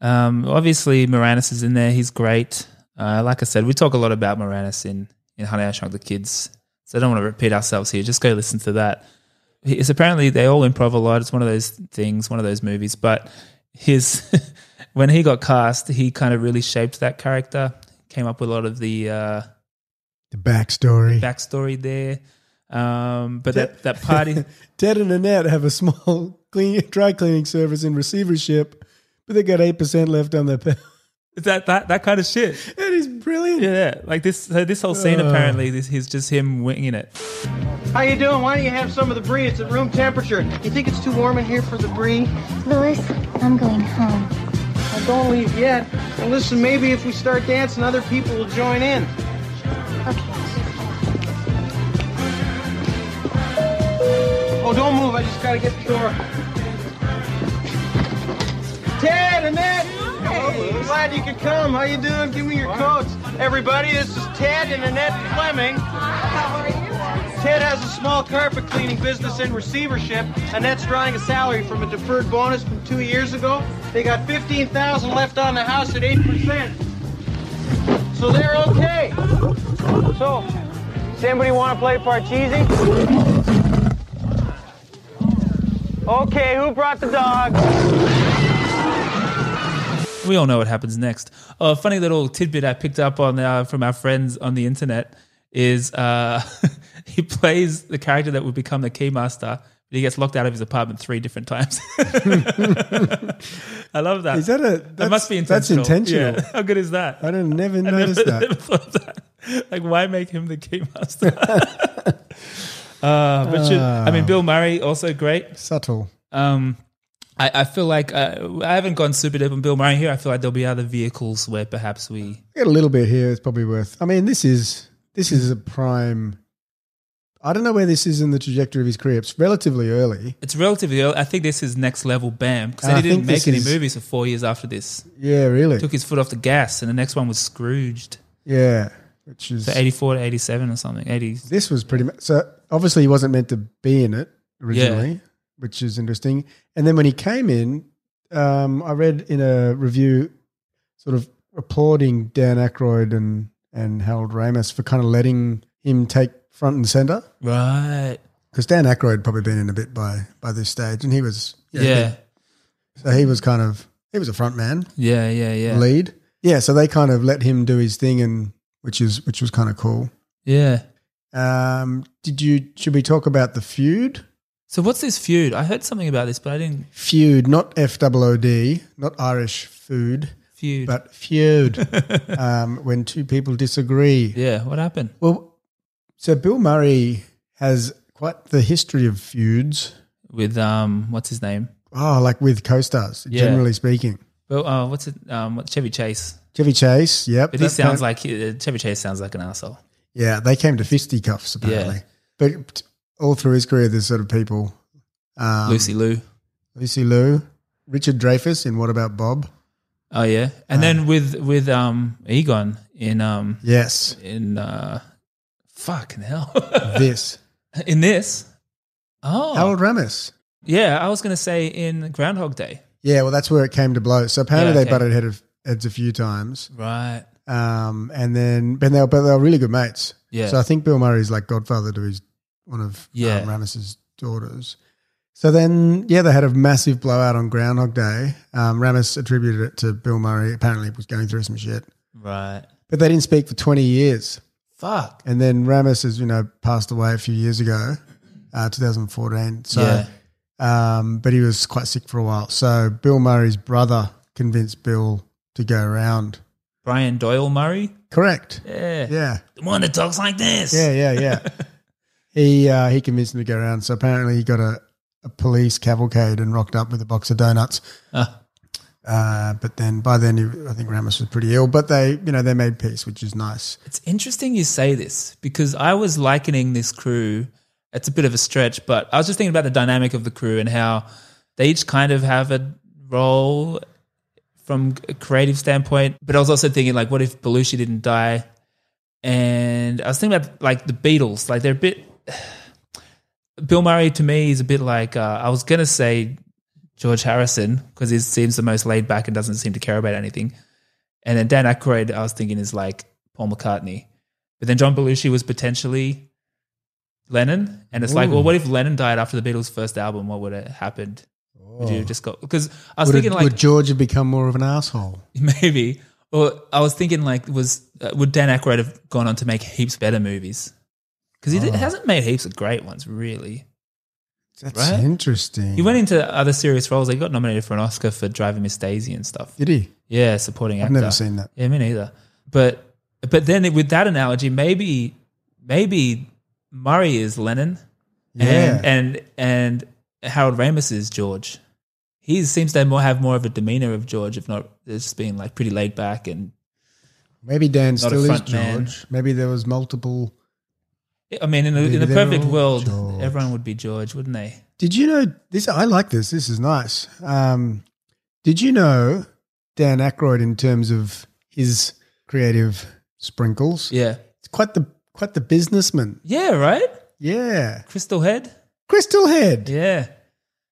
Speaker 6: Um, obviously, Moranis is in there. He's great. Uh, like I said, we talk a lot about Moranis in, in Honey, I Shrunk the Kids. So I don't want to repeat ourselves here. Just go listen to that. It's apparently they all improv a lot. It's one of those things, one of those movies. But his <laughs> when he got cast, he kind of really shaped that character. Came up with a lot of the uh,
Speaker 7: the backstory.
Speaker 6: backstory there. Um, but that, that
Speaker 7: <laughs>
Speaker 6: party,
Speaker 7: Ted and Annette have a small <laughs> clean, dry cleaning service in receivership, but they got eight percent left on their pay.
Speaker 6: that that that kind of shit.
Speaker 7: That is brilliant.
Speaker 6: Yeah, like this. So this whole scene
Speaker 7: Uh.
Speaker 6: apparently this is just him winging it.
Speaker 14: How you doing? Why don't you have some of the brie? It's at room temperature. You think it's too warm in here for the brie?
Speaker 8: Louis, I'm going home.
Speaker 14: Well, don't leave yet. Well, listen, maybe if we start dancing, other people will join in. Oh, don't move. I just gotta get the door. Ted, Annette! Hey, glad you could come. How you doing? Give me your coats. Everybody, this is Ted and Annette Fleming. Ted has a small carpet cleaning business in receivership. Annette's drawing a salary from a deferred bonus from two years ago. They got 15000 left on the house at 8%. So they're okay. So, does anybody want to play Parcheesi? Okay, who brought the dog?
Speaker 6: We all know what happens next. A funny little tidbit I picked up on uh, from our friends on the internet is uh, <laughs> he plays the character that would become the keymaster, but he gets locked out of his apartment three different times.
Speaker 7: <laughs>
Speaker 6: <laughs> I love that.
Speaker 7: Is that a
Speaker 6: that must be
Speaker 7: that's-
Speaker 6: intentional?
Speaker 7: That's intentional.
Speaker 6: Yeah. <laughs> How good is that?
Speaker 7: I don't
Speaker 6: <laughs>
Speaker 7: never noticed
Speaker 6: never,
Speaker 7: that.
Speaker 6: never thought of that. <laughs> Like, why make him
Speaker 7: <laughs>
Speaker 6: the keymaster? uh, but should, I mean,
Speaker 7: Ah.
Speaker 6: Bill Murray also great.
Speaker 7: Subtle.
Speaker 6: Um, I, I feel like uh, I haven't gone super deep on Bill Murray here. I feel like there'll be other vehicles where perhaps we.
Speaker 7: I got a little bit here. It's probably worth. I mean, this is this is a prime. I don't know where this is in the trajectory of his career. It's relatively early.
Speaker 6: It's relatively early. I think this is next level bam because then
Speaker 7: And Ah, I
Speaker 6: he didn't
Speaker 7: think
Speaker 6: make
Speaker 7: this
Speaker 6: any
Speaker 7: is-
Speaker 6: movies for four years after this.
Speaker 7: Yeah, really.
Speaker 6: Took his foot off the gas, and the next one was Scrooged.
Speaker 7: Yeah, which is
Speaker 6: So 84 to 87 or something. 80.
Speaker 7: this was pretty much. So obviously he wasn't meant to be in it originally,
Speaker 6: Yeah.
Speaker 7: which is interesting. And then when he came in, um, I read in a review, sort of applauding Dan Aykroyd and and Harold Ramis for kind of letting him take front and center.
Speaker 6: Right.
Speaker 7: Because Dan Aykroyd had probably been in a bit by by this stage, and he was
Speaker 6: Yeah.
Speaker 7: he- so he was kind of he was a front man,
Speaker 6: Yeah, yeah, yeah.
Speaker 7: lead, yeah. So they kind of let him do his thing, and which is which was kind of cool.
Speaker 6: Yeah.
Speaker 7: Um, did you should we talk about the feud?
Speaker 6: So what's this feud? I heard something about this, but I didn't.
Speaker 7: Feud, not F O O D, not Irish food,
Speaker 6: Feud.
Speaker 7: but feud.
Speaker 6: <laughs>
Speaker 7: um, when two people disagree,
Speaker 6: Yeah, what happened?
Speaker 7: Well, so Bill Murray has quite the history of feuds.
Speaker 6: With um, what's his name?
Speaker 7: Oh, like with co-stars,
Speaker 6: Yeah.
Speaker 7: generally speaking.
Speaker 6: Well, uh, what's it? Um, what- Chevy Chase.
Speaker 7: Chevy Chase, yep.
Speaker 6: But he
Speaker 7: that
Speaker 6: sounds like
Speaker 7: kind-
Speaker 6: uh, Chevy Chase sounds like an asshole.
Speaker 7: yeah, they came to fisticuffs apparently. But all through his career, there's sort of people. Um,
Speaker 6: Lucy Lou.
Speaker 7: Lucy Liu, Richard Dreyfuss in What About Bob?
Speaker 6: Oh yeah, and then with with um Egon in um
Speaker 7: yes
Speaker 6: in uh fucking hell <laughs>
Speaker 7: this
Speaker 6: in this oh
Speaker 7: Harold Ramis.
Speaker 6: yeah I was gonna say in Groundhog Day
Speaker 7: Yeah, well, that's where it came to blows. So apparently
Speaker 6: Yeah, okay.
Speaker 7: they butted head of, heads a few times,
Speaker 6: right
Speaker 7: um, and then but they were, but they were really good mates.
Speaker 6: Yeah.
Speaker 7: So I think Bill Murray's like godfather to his one of
Speaker 6: Yeah.
Speaker 7: um, Ramis's daughters. So then, yeah, they had a massive blowout on Groundhog Day. Um, Ramis attributed it to Bill Murray. Apparently, was going through some shit,
Speaker 6: right
Speaker 7: but they didn't speak for twenty years.
Speaker 6: fuck
Speaker 7: And then Ramis has, you know, passed away a few years ago, uh, 2014. So, um, but he was quite sick for a while. So Bill Murray's brother convinced Bill to go around.
Speaker 6: Brian Doyle Murray
Speaker 7: Correct.
Speaker 6: yeah
Speaker 7: yeah
Speaker 6: the one that talks like this <laughs>
Speaker 7: Yeah, yeah, yeah. he uh, he convinced him to go around. So apparently he got a a police cavalcade and rocked up with a box of donuts.
Speaker 6: Ah.
Speaker 7: Uh, but then by then, he- I think Ramos was pretty ill. But they, you know, they made peace, which is nice.
Speaker 6: It's interesting you say this because I was likening this crew. It's a bit of a stretch, but I was just thinking about the dynamic of the crew and how they each kind of have a role from a creative standpoint. But I was also thinking, like, what if Belushi didn't die? And I was thinking about like the Beatles. Like they're a bit. Bill Murray to me is a bit like uh, I was gonna say George Harrison because he seems the most laid back and doesn't seem to care about anything. And then Dan Aykroyd, I was thinking is like Paul McCartney, but then John Belushi was potentially Lennon, and it's like,
Speaker 7: Ooh.
Speaker 6: well, what if Lennon died after the Beatles' first album? What would have happened? Would you have just got because I was
Speaker 7: Oh. would, it-
Speaker 6: thinking like
Speaker 7: would George have become more of an asshole?
Speaker 6: <laughs> Maybe. Or I was thinking, like, was uh, would Dan Aykroyd have gone on to make heaps better movies? Because he did-
Speaker 7: Oh.
Speaker 6: hasn't made heaps of great ones, really.
Speaker 7: That's
Speaker 6: Right?
Speaker 7: interesting.
Speaker 6: He went into other serious roles. He got nominated for an Oscar for Driving Miss Daisy and stuff.
Speaker 7: Did he?
Speaker 6: Yeah, supporting
Speaker 7: I've
Speaker 6: actor.
Speaker 7: never seen that.
Speaker 6: Yeah, me neither. But but then with that analogy, maybe maybe Murray is Lennon,
Speaker 7: Yeah.
Speaker 6: and and and Harold Ramis is George. He seems to more have more of a demeanor of George, if not it's just being like pretty laid back and
Speaker 7: Maybe Dan
Speaker 6: Not a
Speaker 7: still is
Speaker 6: front
Speaker 7: George.
Speaker 6: man.
Speaker 7: Maybe there was multiple.
Speaker 6: I mean, in a,
Speaker 7: Maybe
Speaker 6: in a
Speaker 7: they're
Speaker 6: perfect
Speaker 7: all
Speaker 6: world, everyone would be George, wouldn't they?
Speaker 7: Did you know this? I like this. This is nice. Um, did you know Dan Aykroyd in terms of his creative sprinkles?
Speaker 6: Yeah,
Speaker 7: it's quite the quite the businessman.
Speaker 6: Yeah, right.
Speaker 7: Yeah,
Speaker 6: Crystal Head.
Speaker 7: Crystal Head.
Speaker 6: Yeah,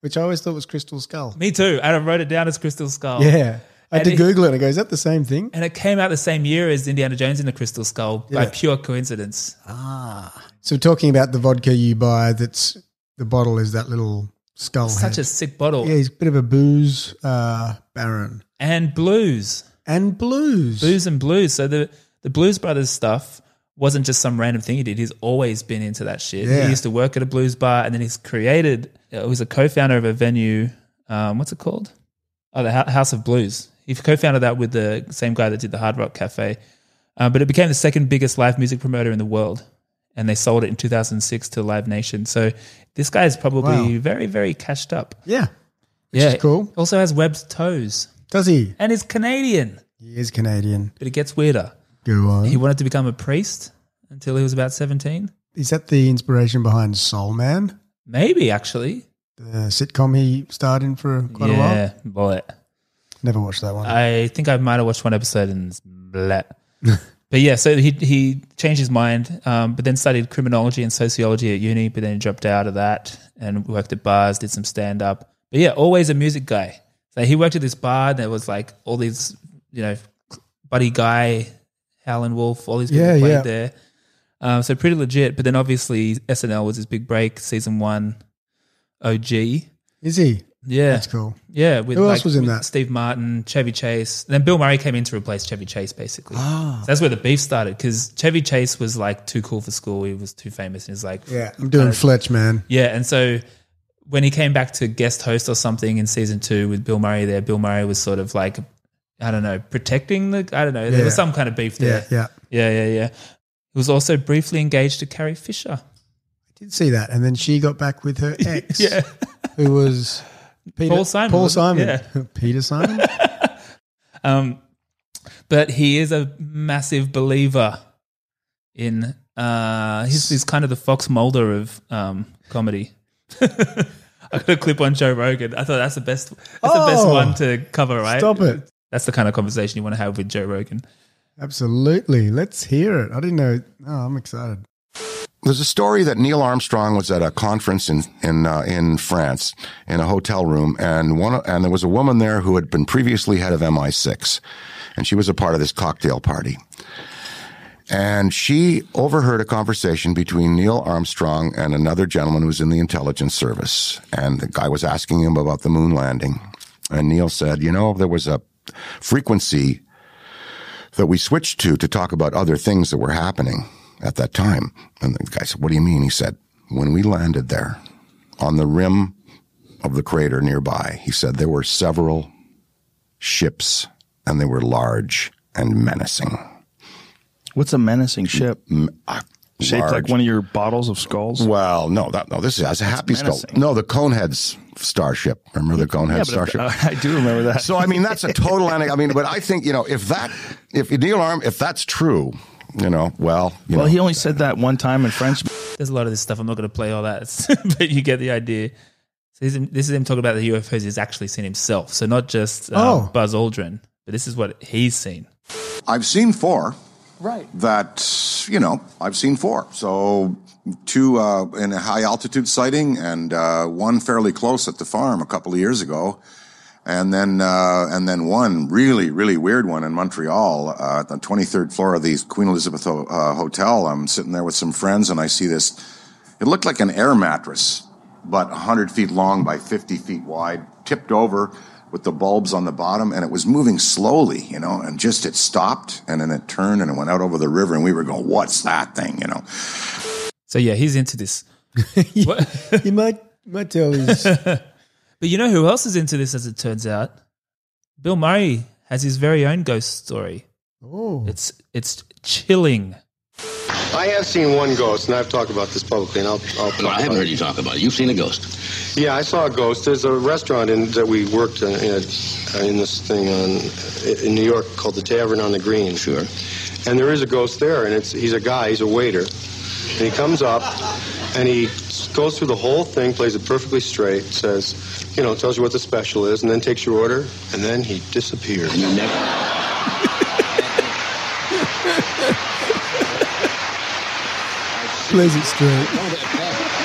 Speaker 7: which I always thought was Crystal Skull.
Speaker 6: Me too. And I wrote it down as Crystal Skull.
Speaker 7: Yeah, I had
Speaker 6: Oh. And
Speaker 7: to
Speaker 6: it-
Speaker 7: Google it. and I go, is that the same thing?
Speaker 6: And it came out the same year as Indiana Jones and the Crystal Skull by
Speaker 7: Yeah.
Speaker 6: pure coincidence.
Speaker 7: Ah. So talking about the vodka you buy, that's the bottle is that little skull.
Speaker 6: Such
Speaker 7: head.
Speaker 6: a sick bottle.
Speaker 7: Yeah, he's a bit of a booze uh, baron.
Speaker 6: And blues.
Speaker 7: And blues.
Speaker 6: Blues and blues. So the, the Blues Brothers stuff wasn't just some random thing he did. He's always been into that shit.
Speaker 7: Yeah.
Speaker 6: He used to work at a blues bar and then he's created, uh, he was a co founder of a venue. Um, what's it called? Oh, the Hou- House of Blues. He co founded that with the same guy that did the Hard Rock Cafe. Uh, but it became the second biggest live music promoter in the world. And they sold it in 2006 to Live Nation. So this guy is probably
Speaker 7: Wow.
Speaker 6: very, very cashed up.
Speaker 7: Yeah. Which
Speaker 6: yeah.
Speaker 7: is cool.
Speaker 6: Also has webbed toes.
Speaker 7: Does he?
Speaker 6: And is Canadian.
Speaker 7: He is Canadian.
Speaker 6: But it gets weirder.
Speaker 7: Go on.
Speaker 6: He wanted to become a priest until he was about 17.
Speaker 7: Is that the inspiration behind Soul Man,
Speaker 6: Maybe, actually.
Speaker 7: the sitcom he starred in for quite a while?
Speaker 6: yeah, boy.
Speaker 7: Never watched that one.
Speaker 6: I think I might have watched one episode and it's
Speaker 7: <laughs>
Speaker 6: blah. but yeah, so he he changed his mind, um, but then studied criminology and sociology at uni, but then he dropped out of that and worked at bars, did some stand up. But yeah, always a music guy. So he worked at this bar and there was like all these, you know, Buddy Guy, Howlin' Wolf, all these people
Speaker 7: Yeah,
Speaker 6: played
Speaker 7: yeah.
Speaker 6: there. Um, so pretty legit. But then obviously SNL was his big break, season one, OG.
Speaker 7: Is he?
Speaker 6: Yeah,
Speaker 7: That's cool.
Speaker 6: Yeah, with
Speaker 7: Who
Speaker 6: like,
Speaker 7: else was in
Speaker 6: with
Speaker 7: that?
Speaker 6: Steve Martin, Chevy Chase, and then Bill Murray came in to replace Chevy Chase. Basically,
Speaker 7: Ah.
Speaker 6: So that's where the beef started because Chevy Chase was like too cool for school. He was too famous, and he's like,
Speaker 7: Yeah, I'm doing
Speaker 6: Uh,
Speaker 7: Fletch, man.
Speaker 6: yeah, and so when he came back to guest host or something in season two with Bill Murray there, Bill Murray was sort of like, I don't know, protecting the, I don't know, there was
Speaker 7: Yeah.
Speaker 6: some kind of beef there.
Speaker 7: Yeah,
Speaker 6: yeah, yeah, yeah. He was also briefly engaged to Carrie Fisher.
Speaker 7: Did see that, and then she got back
Speaker 6: <laughs>
Speaker 7: with her ex,
Speaker 6: Yeah.
Speaker 7: who was Peter,
Speaker 6: Paul Simon,
Speaker 7: Paul
Speaker 6: wasn't
Speaker 7: Simon,
Speaker 6: it?
Speaker 7: <laughs> Peter Simon.
Speaker 6: Um, but he is a massive believer in. Uh, he's, he's kind of the Fox Mulder of um, comedy. <laughs> I got a clip on Joe Rogan. I thought that's the best. That's the best
Speaker 7: Oh.
Speaker 6: one to cover, right?
Speaker 7: Stop it.
Speaker 6: That's the kind of conversation you want to have with Joe Rogan.
Speaker 7: Absolutely, let's hear it. I didn't know. Oh, I'm excited.
Speaker 15: There's a story that Neil Armstrong was at a conference in in uh, in France in a hotel room, and one and there was a woman there who had been previously head of MI6, and she was a part of this cocktail party. And she overheard a conversation between Neil Armstrong and another gentleman who was in the intelligence service, and the guy was asking him about the moon landing, and Neil said, "You know, there was a frequency that we switched to to talk about other things that were happening at that time. And the guy said, What do you mean? He said, When we landed there on the rim of the crater nearby, he said, there were several ships and they were large and menacing.
Speaker 16: What's a menacing ship?
Speaker 15: M- I-
Speaker 16: Shaped
Speaker 15: large.
Speaker 16: like one of your bottles of skulls.
Speaker 15: Well, no, that, no. This is that's a
Speaker 16: That's
Speaker 15: happy skull.
Speaker 16: menacing.
Speaker 15: No, the Coneheads starship. Remember the Coneheads
Speaker 16: Yeah, but if-
Speaker 15: starship?
Speaker 16: uh, I do remember that.
Speaker 15: So I mean, that's a total. anec- I mean, but I think you know if that if Neil Arm if that's true, you know, well, you
Speaker 16: well,
Speaker 15: know,
Speaker 16: he only said that one time in French.
Speaker 6: There's a lot of this stuff. I'm not going to play all that, <laughs> but you get the idea. So this is, this is him talking about the UFOs he's actually seen himself. So not just uh,
Speaker 17: Oh.
Speaker 6: Buzz Aldrin, but this is what he's seen.
Speaker 17: I've seen four.
Speaker 18: Right.
Speaker 17: That, you know, I've seen four. So two uh, in a high altitude sighting and uh, one fairly close at the farm a couple of years ago. And then, uh, and then one really, really weird one in Montreal, uh, at the 23rd floor of the Queen Elizabeth Ho- uh, Hotel. I'm sitting there with some friends and I see this. It looked like an air mattress, but 100 feet long by 50 feet wide, tipped over with the bulbs on the bottom, and it was moving slowly, you know, and just it stopped and then it turned and it went out over the river, and we were going, What's that thing, you know?
Speaker 6: So yeah, he's into this.
Speaker 7: you might might tell he's
Speaker 6: <laughs> but you know who else is into this? As it turns out, Bill Murray has his very own ghost story.
Speaker 7: Oh,
Speaker 6: it's it's chilling.
Speaker 9: I have seen one ghost, and I've talked about this publicly, and I'll. I'll
Speaker 19: No, I haven't heard you talk about it. You've seen a ghost.
Speaker 9: Yeah, I saw a ghost. There's a restaurant in, that we worked in, in, in this thing on, in New York called the Tavern on the Green. Sure. And there is a ghost there, and it's he's a guy, he's a waiter, and he comes up, and he goes through the whole thing, plays it perfectly straight, says, you know, tells you what the special is, and then takes your order, and then he disappears. You never.
Speaker 7: plays it straight.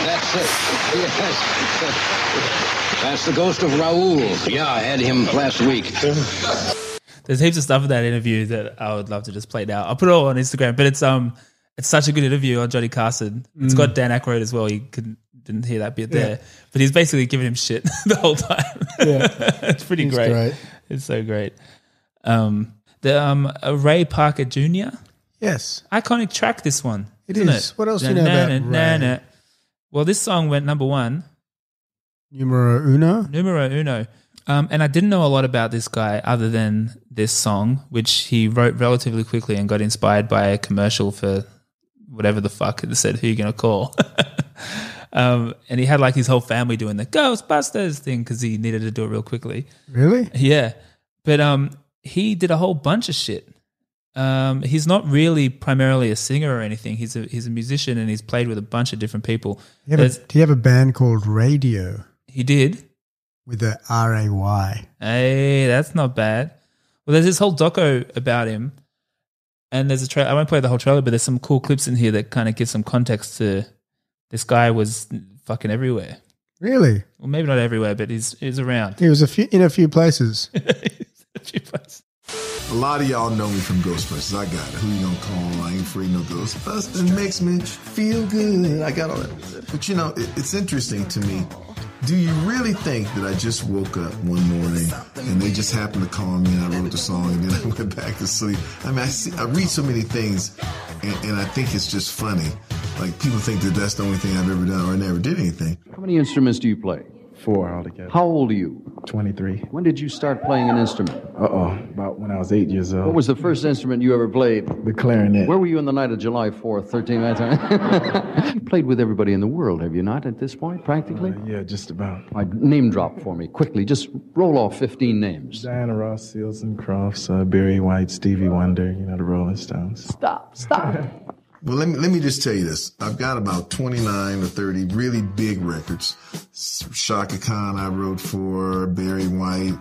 Speaker 19: That's it. Yes. That's the ghost of Raoul. Yeah, I had him last week.
Speaker 6: There's heaps of stuff in that interview that I would love to just play now. I'll put it all on Instagram, but it's um, it's such a good interview on Johnny Carson. It's
Speaker 7: Mm.
Speaker 6: got Dan Aykroyd as well. You couldn't didn't hear that bit
Speaker 7: Yeah.
Speaker 6: there, but he's basically giving him shit <laughs> the whole time.
Speaker 7: Yeah.
Speaker 6: <laughs> it's pretty
Speaker 7: He's
Speaker 6: great.
Speaker 7: great.
Speaker 6: It's so great. Um, the um uh, Ray Parker Jr.
Speaker 7: Yes,
Speaker 6: iconic track. This one,
Speaker 7: It
Speaker 6: isn't
Speaker 7: is. What else do you know about Ray?
Speaker 6: Well, this song went number one.
Speaker 7: numero uno.
Speaker 6: Numero uno. Um, and I didn't know a lot about this guy other than this song, which he wrote relatively quickly and got inspired by a commercial for whatever the fuck it said, who you going to call? <laughs> um, and he had like his whole family doing the Ghostbusters thing because he needed to do it real quickly.
Speaker 7: Really?
Speaker 6: Yeah. But um, he did a whole bunch of shit. Um, he's not really primarily a singer or anything. He's a, he's a musician and he's played with a bunch of different people.
Speaker 7: Do you, have
Speaker 6: There's-
Speaker 7: a, do you have a band called Radio
Speaker 6: He did.
Speaker 7: with a R A Y?
Speaker 6: Hey, that's not bad. Well, there's this whole doco about him, and there's a trailer. I won't play the whole trailer, but there's some cool clips in here that kind of give some context to this guy was fucking everywhere.
Speaker 7: Really?
Speaker 6: Well, maybe not everywhere, but he's he's around.
Speaker 7: He was a few in a few
Speaker 6: <laughs>
Speaker 7: places.
Speaker 20: A lot of y'all know me from Ghostbusters. I got it. Who you gonna call? I ain't afraid no Ghostbusters. Makes me feel good. I got all that. But you know, it, it's interesting to me. Do you really think that I just woke up one morning and they just happened to call me and I wrote the song and then I <laughs> went back to sleep? I mean, I see, I read so many things, and, and I think it's just funny. Like people think that that's the only thing I've ever done or I never did anything.
Speaker 21: How many instruments do you play? Four altogether. How old are you? 23. When did you start playing an instrument?
Speaker 22: Uh oh, about when I was eight years
Speaker 21: What
Speaker 22: old.
Speaker 21: was the first instrument you ever played? The clarinet. Where were you on the night of July 4th, 13 nights? <laughs> you played with everybody in the world, have you not, at this point, practically? Uh, yeah, just about. name drop for me, quickly. Just roll off 15 names.
Speaker 22: Diana Ross, Seals Crofts, uh, Barry White, Stevie Wonder, you know, the Rolling Stones.
Speaker 21: Stop, stop.
Speaker 20: Well, let me, let me just tell you this. I've got about 29 or 30 really big records. S- Shaka Khan, I wrote for, Barry White,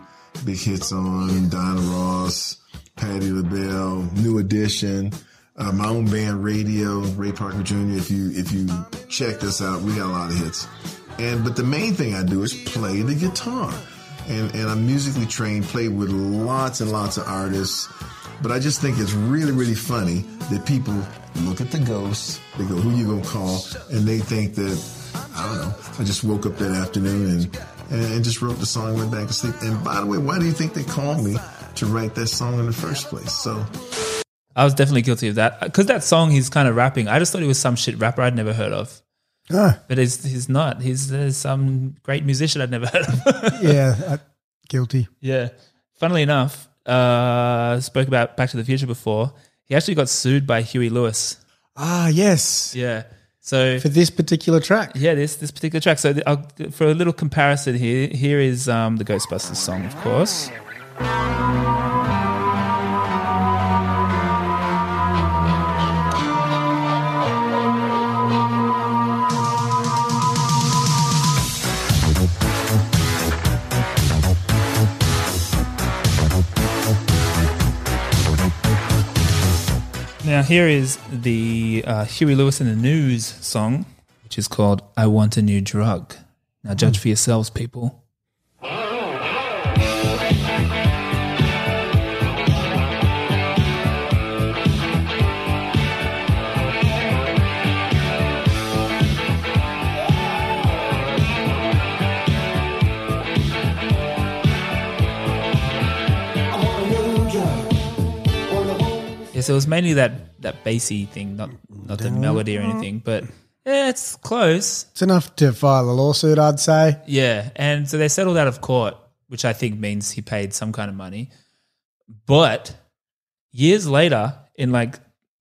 Speaker 20: Big Hits on, Donna Ross, Patti LaBelle, New Edition, uh, my own band Radio, Ray Parker Jr. If you, if you check this out, we got a lot of hits. And, but the main thing I do is play the guitar. And, and I'm musically trained, played with lots and lots of artists. But I just think it's really, really funny that people look at the ghosts, they go, who you gonna call? And they think that, I don't know, I just woke up that afternoon and, and, and just wrote the song and went back to sleep. And by the way, why do you think they called me to write that song in the first place? So
Speaker 6: I was definitely guilty of that because that song he's kind of rapping. I just thought he was some shit rapper I'd never heard of.
Speaker 7: Ah.
Speaker 6: But he's, he's not. He's uh, some great musician I'd never <laughs> heard of.
Speaker 7: yeah, I, guilty.
Speaker 6: Yeah. Funnily enough, uh, spoke about Back to the Future before. He actually got sued by Huey Lewis.
Speaker 7: Ah, yes.
Speaker 6: Yeah. So
Speaker 7: for this particular track,
Speaker 6: yeah, this this particular track. So the, I'll, for a little comparison here, here is um, the Ghostbusters song, of course. Now here is the uh, Huey Lewis and the News song, which is called "I Want a New Drug." Now judge for yourselves, people. Yeah, so it was mainly that that bassy thing, not not the melody or anything, but yeah, it's close.
Speaker 7: It's enough to file a lawsuit, I'd say.
Speaker 6: Yeah, and so they settled out of court, which I think means he paid some kind of money. But years later, in like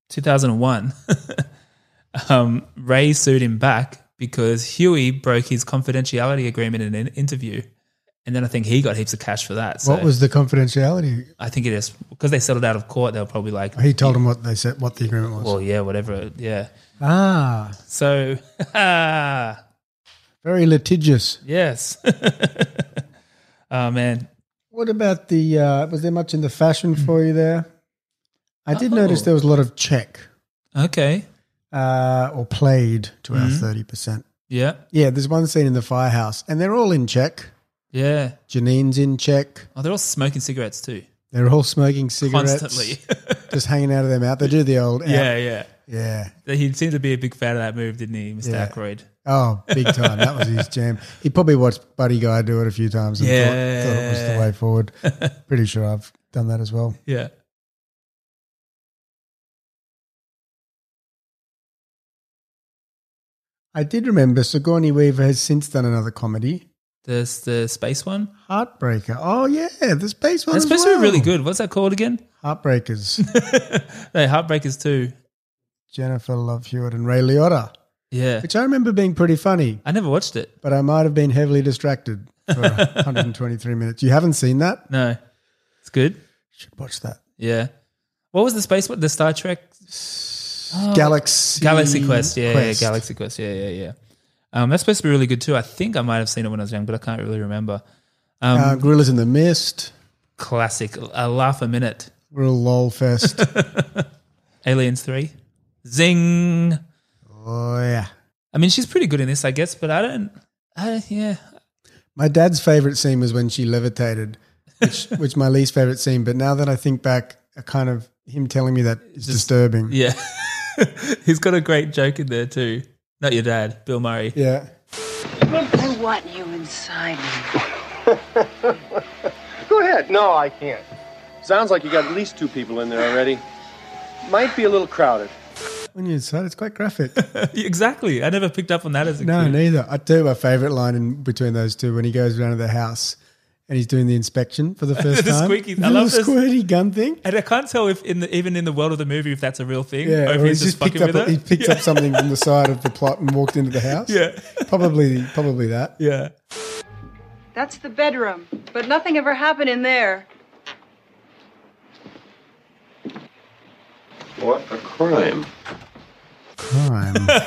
Speaker 6: 2001, <laughs> um, Ray sued him back because Huey broke his confidentiality agreement in an interview. And then I think he got heaps of cash for that. So
Speaker 7: What was the confidentiality?
Speaker 6: I think it is because they settled out of court. They were probably like,
Speaker 7: He told him what they said, what the agreement was.
Speaker 6: well, yeah, whatever, yeah.
Speaker 7: Ah,
Speaker 6: So, <laughs>
Speaker 7: very litigious.
Speaker 6: yes. <laughs> oh man,
Speaker 7: What about the? Uh, was there much in the fashion
Speaker 6: Hmm.
Speaker 7: for you there? I
Speaker 6: Oh.
Speaker 7: did notice there was a lot of check
Speaker 6: okay,
Speaker 7: uh, or played to our
Speaker 6: Mhm.
Speaker 7: thirty percent.
Speaker 6: yeah,
Speaker 7: Yeah, there's one scene in the firehouse, and they're all in check.
Speaker 6: yeah.
Speaker 7: Janine's in check.
Speaker 6: Oh, they're all smoking cigarettes too.
Speaker 7: They're all smoking cigarettes,
Speaker 6: Constantly. <laughs>
Speaker 7: just hanging out of their mouth. They do the old out.
Speaker 6: Yeah, yeah,
Speaker 7: Yeah.
Speaker 6: He seemed to be a big fan of that move, didn't he, Mr.
Speaker 7: Yeah.
Speaker 6: Ackroyd?
Speaker 7: Oh, big time. That
Speaker 6: <laughs>
Speaker 7: was his jam. He probably watched Buddy Guy do it a few times and thought- thought, it was the
Speaker 6: Yeah.
Speaker 7: way forward. Pretty sure I've done that as well.
Speaker 6: Yeah.
Speaker 7: I did remember Sigourney Weaver has since done another comedy,
Speaker 6: There's the space one.
Speaker 7: Heartbreaker. Oh, yeah, the space one.
Speaker 6: That's
Speaker 7: as
Speaker 6: supposed to
Speaker 7: well.
Speaker 6: be really good. What's that called again?
Speaker 7: Heartbreakers. <laughs>
Speaker 6: Hey, Heartbreakers too.
Speaker 7: Jennifer Love Hewitt and Ray Liotta,
Speaker 6: Yeah,
Speaker 7: which I remember being pretty funny,
Speaker 6: I never watched it.
Speaker 7: but I might have been heavily distracted
Speaker 6: <laughs>
Speaker 7: for 123 minutes. You haven't seen that?
Speaker 6: No, it's good.
Speaker 7: Should watch that.
Speaker 6: Yeah. What was the space one? The Star Trek Oh,
Speaker 7: <sighs> Galaxy
Speaker 6: Galaxy Quest. Yeah,
Speaker 7: Quest.
Speaker 6: yeah, Galaxy Quest. Yeah, yeah, yeah. Um, that's supposed to be really good too. I think I might have seen it when I was young, but I can't really remember. Um,
Speaker 7: uh, Gorillas in the Mist.
Speaker 6: classic. A laugh a minute.
Speaker 7: Real lol fest.
Speaker 6: <laughs> Aliens Three. Zing.
Speaker 7: oh yeah.
Speaker 6: I mean, she's pretty good in this, I guess, but I don't. I, Uh, yeah,
Speaker 7: My dad's favorite scene was when she levitated,
Speaker 6: <laughs>
Speaker 7: which which my least favorite scene. But now that I think back, I kind of him telling me that is disturbing.
Speaker 6: yeah. <laughs> He's got a great joke in there too. Not your dad, Bill Murray.
Speaker 7: Yeah.
Speaker 4: I want you inside me.
Speaker 14: <laughs> Go ahead. No, I can't. Sounds like you got at least two people in there already. Might be a little crowded.
Speaker 7: When you inside, it's quite graphic.
Speaker 6: <laughs> exactly. I never picked up on that as a
Speaker 7: no,
Speaker 6: kid.
Speaker 7: neither. I do my favorite line in between those two when he goes around to the house and he's doing the inspection
Speaker 6: <laughs>
Speaker 7: for the first
Speaker 6: The
Speaker 7: time.
Speaker 6: squeaky- I
Speaker 7: The
Speaker 6: love
Speaker 7: little
Speaker 6: this.
Speaker 7: squirty gun thing.
Speaker 6: And I can't tell if in the even in the world of the movie if that's a real thing.
Speaker 7: Yeah,
Speaker 6: or if
Speaker 7: or
Speaker 6: he's just,
Speaker 7: picked
Speaker 6: fucking
Speaker 7: up
Speaker 6: with her.
Speaker 7: he
Speaker 6: <laughs>
Speaker 7: picked
Speaker 6: yeah.
Speaker 7: up something from the side of the plot and walked into the house.
Speaker 6: Yeah.
Speaker 7: probably probably that.
Speaker 6: Yeah.
Speaker 18: That's the bedroom, but nothing ever happened in there.
Speaker 5: What a crime.
Speaker 3: <laughs>
Speaker 7: Crime.
Speaker 6: I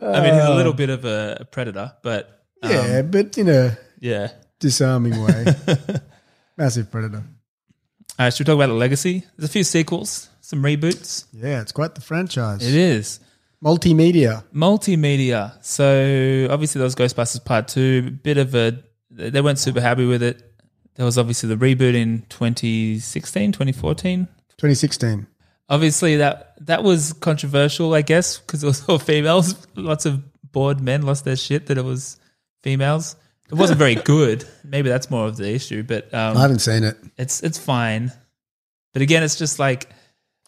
Speaker 6: mean, he's a little bit of a predator, but um,
Speaker 7: Uh, Yeah, but in a
Speaker 6: yeah.
Speaker 7: disarming
Speaker 6: <laughs>
Speaker 7: way. Massive predator.
Speaker 6: All right, should we talk about the legacy? There's a few sequels, some reboots.
Speaker 7: Yeah, it's quite the franchise.
Speaker 6: It is.
Speaker 7: Multimedia.
Speaker 6: Multimedia. So obviously, there was Ghostbusters Part Two. Bit of a they weren't super happy with it. There was obviously the reboot in 2016, 2014.
Speaker 7: 2016.
Speaker 6: Obviously, that that was controversial, I guess, because it was all <laughs> females. Lots of bored men lost their shit that it was females. It wasn't very good. Maybe that's more of the issue. But um,
Speaker 7: I haven't seen it.
Speaker 6: It's it's fine. But again, it's just like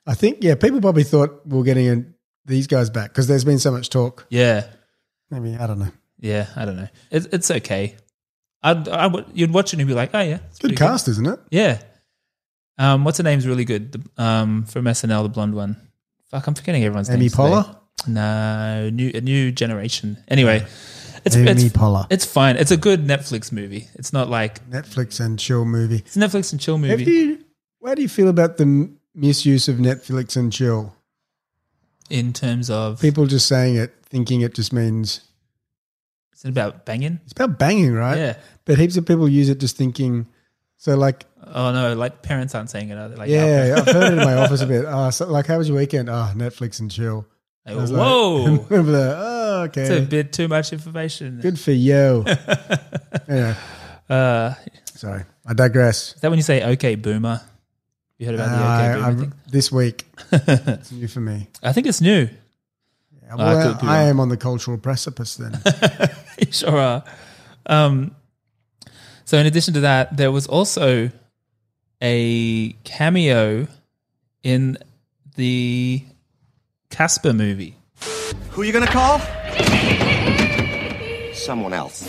Speaker 7: I think, yeah, people probably thought we are getting in these guys back because there's been so much talk.
Speaker 6: yeah,
Speaker 7: Maybe, I don't know.
Speaker 6: yeah. I don't know. It, it's okay. I'd I would, you'd watch it and you'd be like, oh yeah, it's
Speaker 7: Good
Speaker 6: pretty
Speaker 7: cast, isn't it?
Speaker 6: Yeah. Um, what's her name's really good the, um, from SNL, the blonde one. Fuck, I'm forgetting everyone's name.
Speaker 7: Amy Poehler?
Speaker 6: No, new a new generation. Anyway, it's
Speaker 7: Amy
Speaker 6: it's,
Speaker 7: Poehler.
Speaker 6: It's fine. It's a good Netflix movie. It's not like
Speaker 7: Netflix and chill movie.
Speaker 6: it's a Netflix and chill movie.
Speaker 7: Have you, how do you feel about the m- misuse of Netflix and chill?
Speaker 6: in terms of
Speaker 7: People just saying it, thinking it just means
Speaker 6: it's about banging.
Speaker 7: it's about banging, right?
Speaker 6: Yeah.
Speaker 7: But heaps of people use it just thinking. So, like,
Speaker 6: Oh no, like parents aren't saying it. Are they? Like,
Speaker 7: yeah,
Speaker 6: oh.
Speaker 7: I've heard
Speaker 6: <laughs>
Speaker 7: it in my office a bit. Ah, so, like, how was your weekend? Ah, Netflix and chill.
Speaker 6: Like,
Speaker 7: I was like- <laughs>
Speaker 6: whoa,
Speaker 7: remember that? Oh, okay.
Speaker 6: it's a bit too much information.
Speaker 7: Good
Speaker 6: <laughs>
Speaker 7: for you. anyway,
Speaker 6: Uh,
Speaker 7: sorry, I digress.
Speaker 6: is that when you say "okay, boomer"? You heard about the "okay,
Speaker 7: I-
Speaker 6: boomer"?
Speaker 7: I-
Speaker 6: thing?
Speaker 7: this week, it's new for me.
Speaker 6: I think <laughs> it's new.
Speaker 7: Yeah,
Speaker 6: I
Speaker 7: well,
Speaker 6: could be
Speaker 7: I
Speaker 6: wrong.
Speaker 7: am on the cultural
Speaker 6: <laughs>
Speaker 7: precipice then.
Speaker 6: You sure are. Um, so, in addition to that, there was also a cameo in the Casper movie.
Speaker 9: Who you gonna call? Someone else.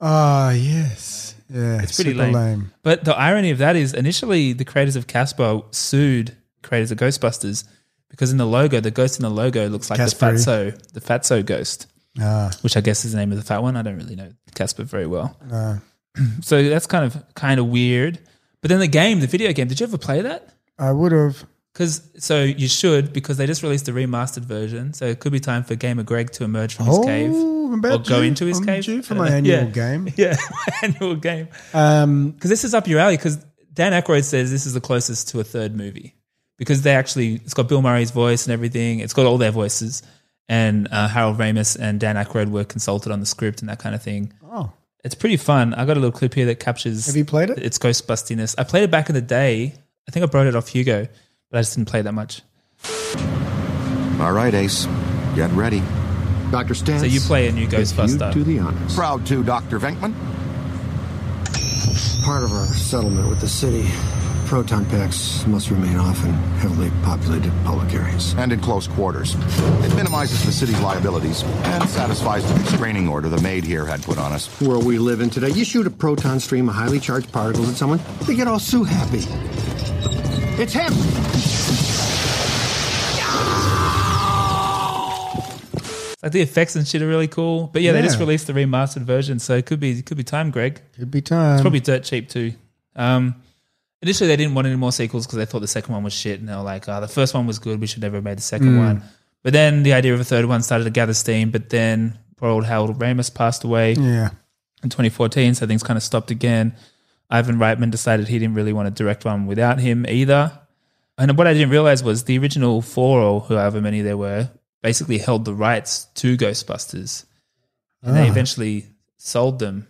Speaker 7: Ah, yes. Yeah.
Speaker 6: It's pretty
Speaker 7: super
Speaker 6: lame. But the irony of that is, initially, the creators of Casper sued creators of Ghostbusters because in the logo, the ghost in the logo looks like
Speaker 7: Casperi.
Speaker 6: the Fatso, the Fatso ghost,
Speaker 7: Ah.
Speaker 6: which I guess is the name of the fat one. I don't really know Casper very well.
Speaker 7: No.
Speaker 6: <clears throat> so that's kind of kind of weird. But then the game, the video game, did you ever play that?
Speaker 7: I would have.
Speaker 6: Because so you should because they just released a remastered version, so it could be time for Gamer Greg to emerge from his
Speaker 7: Oh,
Speaker 6: cave
Speaker 7: I'm
Speaker 6: or
Speaker 7: about
Speaker 6: go
Speaker 7: due-
Speaker 6: into his
Speaker 7: I'm
Speaker 6: cave
Speaker 7: due for
Speaker 6: I don't
Speaker 7: my
Speaker 6: know. <laughs>
Speaker 7: annual
Speaker 6: Yeah.
Speaker 7: game.
Speaker 6: Yeah, annual game.
Speaker 7: Um,
Speaker 6: Because this is up your alley. Because Dan Aykroyd says this is the closest to a third movie because they actually it's got Bill Murray's voice and everything. It's got all their voices, and uh, Harold Ramis and Dan Aykroyd were consulted on the script and that kind of thing.
Speaker 7: Oh.
Speaker 6: it's pretty fun. I got a little clip here that captures.
Speaker 7: Have you played it?
Speaker 6: It's Ghostbustiness. I played it back in the day. I think I brought it off Hugo, but I just didn't play it that much.
Speaker 2: All right, Ace. Get ready. Dr. Stantz.
Speaker 6: So you play a new
Speaker 2: if
Speaker 6: Ghostbuster.
Speaker 2: You do the honors. Proud to, Dr. Venkman.
Speaker 3: Part of our settlement with the city, proton packs must remain off in heavily populated public areas.
Speaker 17: and in close quarters. It minimizes the city's liabilities and satisfies the restraining order the maid here had put on us.
Speaker 3: Where we live in today, you shoot a proton stream of highly charged particles at someone, they get all so happy. It's him!
Speaker 6: Like the effects and shit are really cool. But yeah, they just
Speaker 7: Yeah.
Speaker 6: released the remastered version, so it could be it could be time, Greg.
Speaker 7: Could be time.
Speaker 6: It's probably dirt cheap too. Um, initially, they didn't want any more sequels because they thought the second one was shit, and they were like, "Oh, the first one was good. We should never have made the second
Speaker 7: Mm.
Speaker 6: one." But then the idea of a third one started to gather steam. But then poor old Harold Ramis passed away.
Speaker 7: Yeah.
Speaker 6: In 2014, so things kind of stopped again. Ivan Reitman decided he didn't really want to direct one without him either. And what I didn't realize was the original four or however many there were basically held the rights to Ghostbusters. And they
Speaker 7: Ah.
Speaker 6: eventually sold them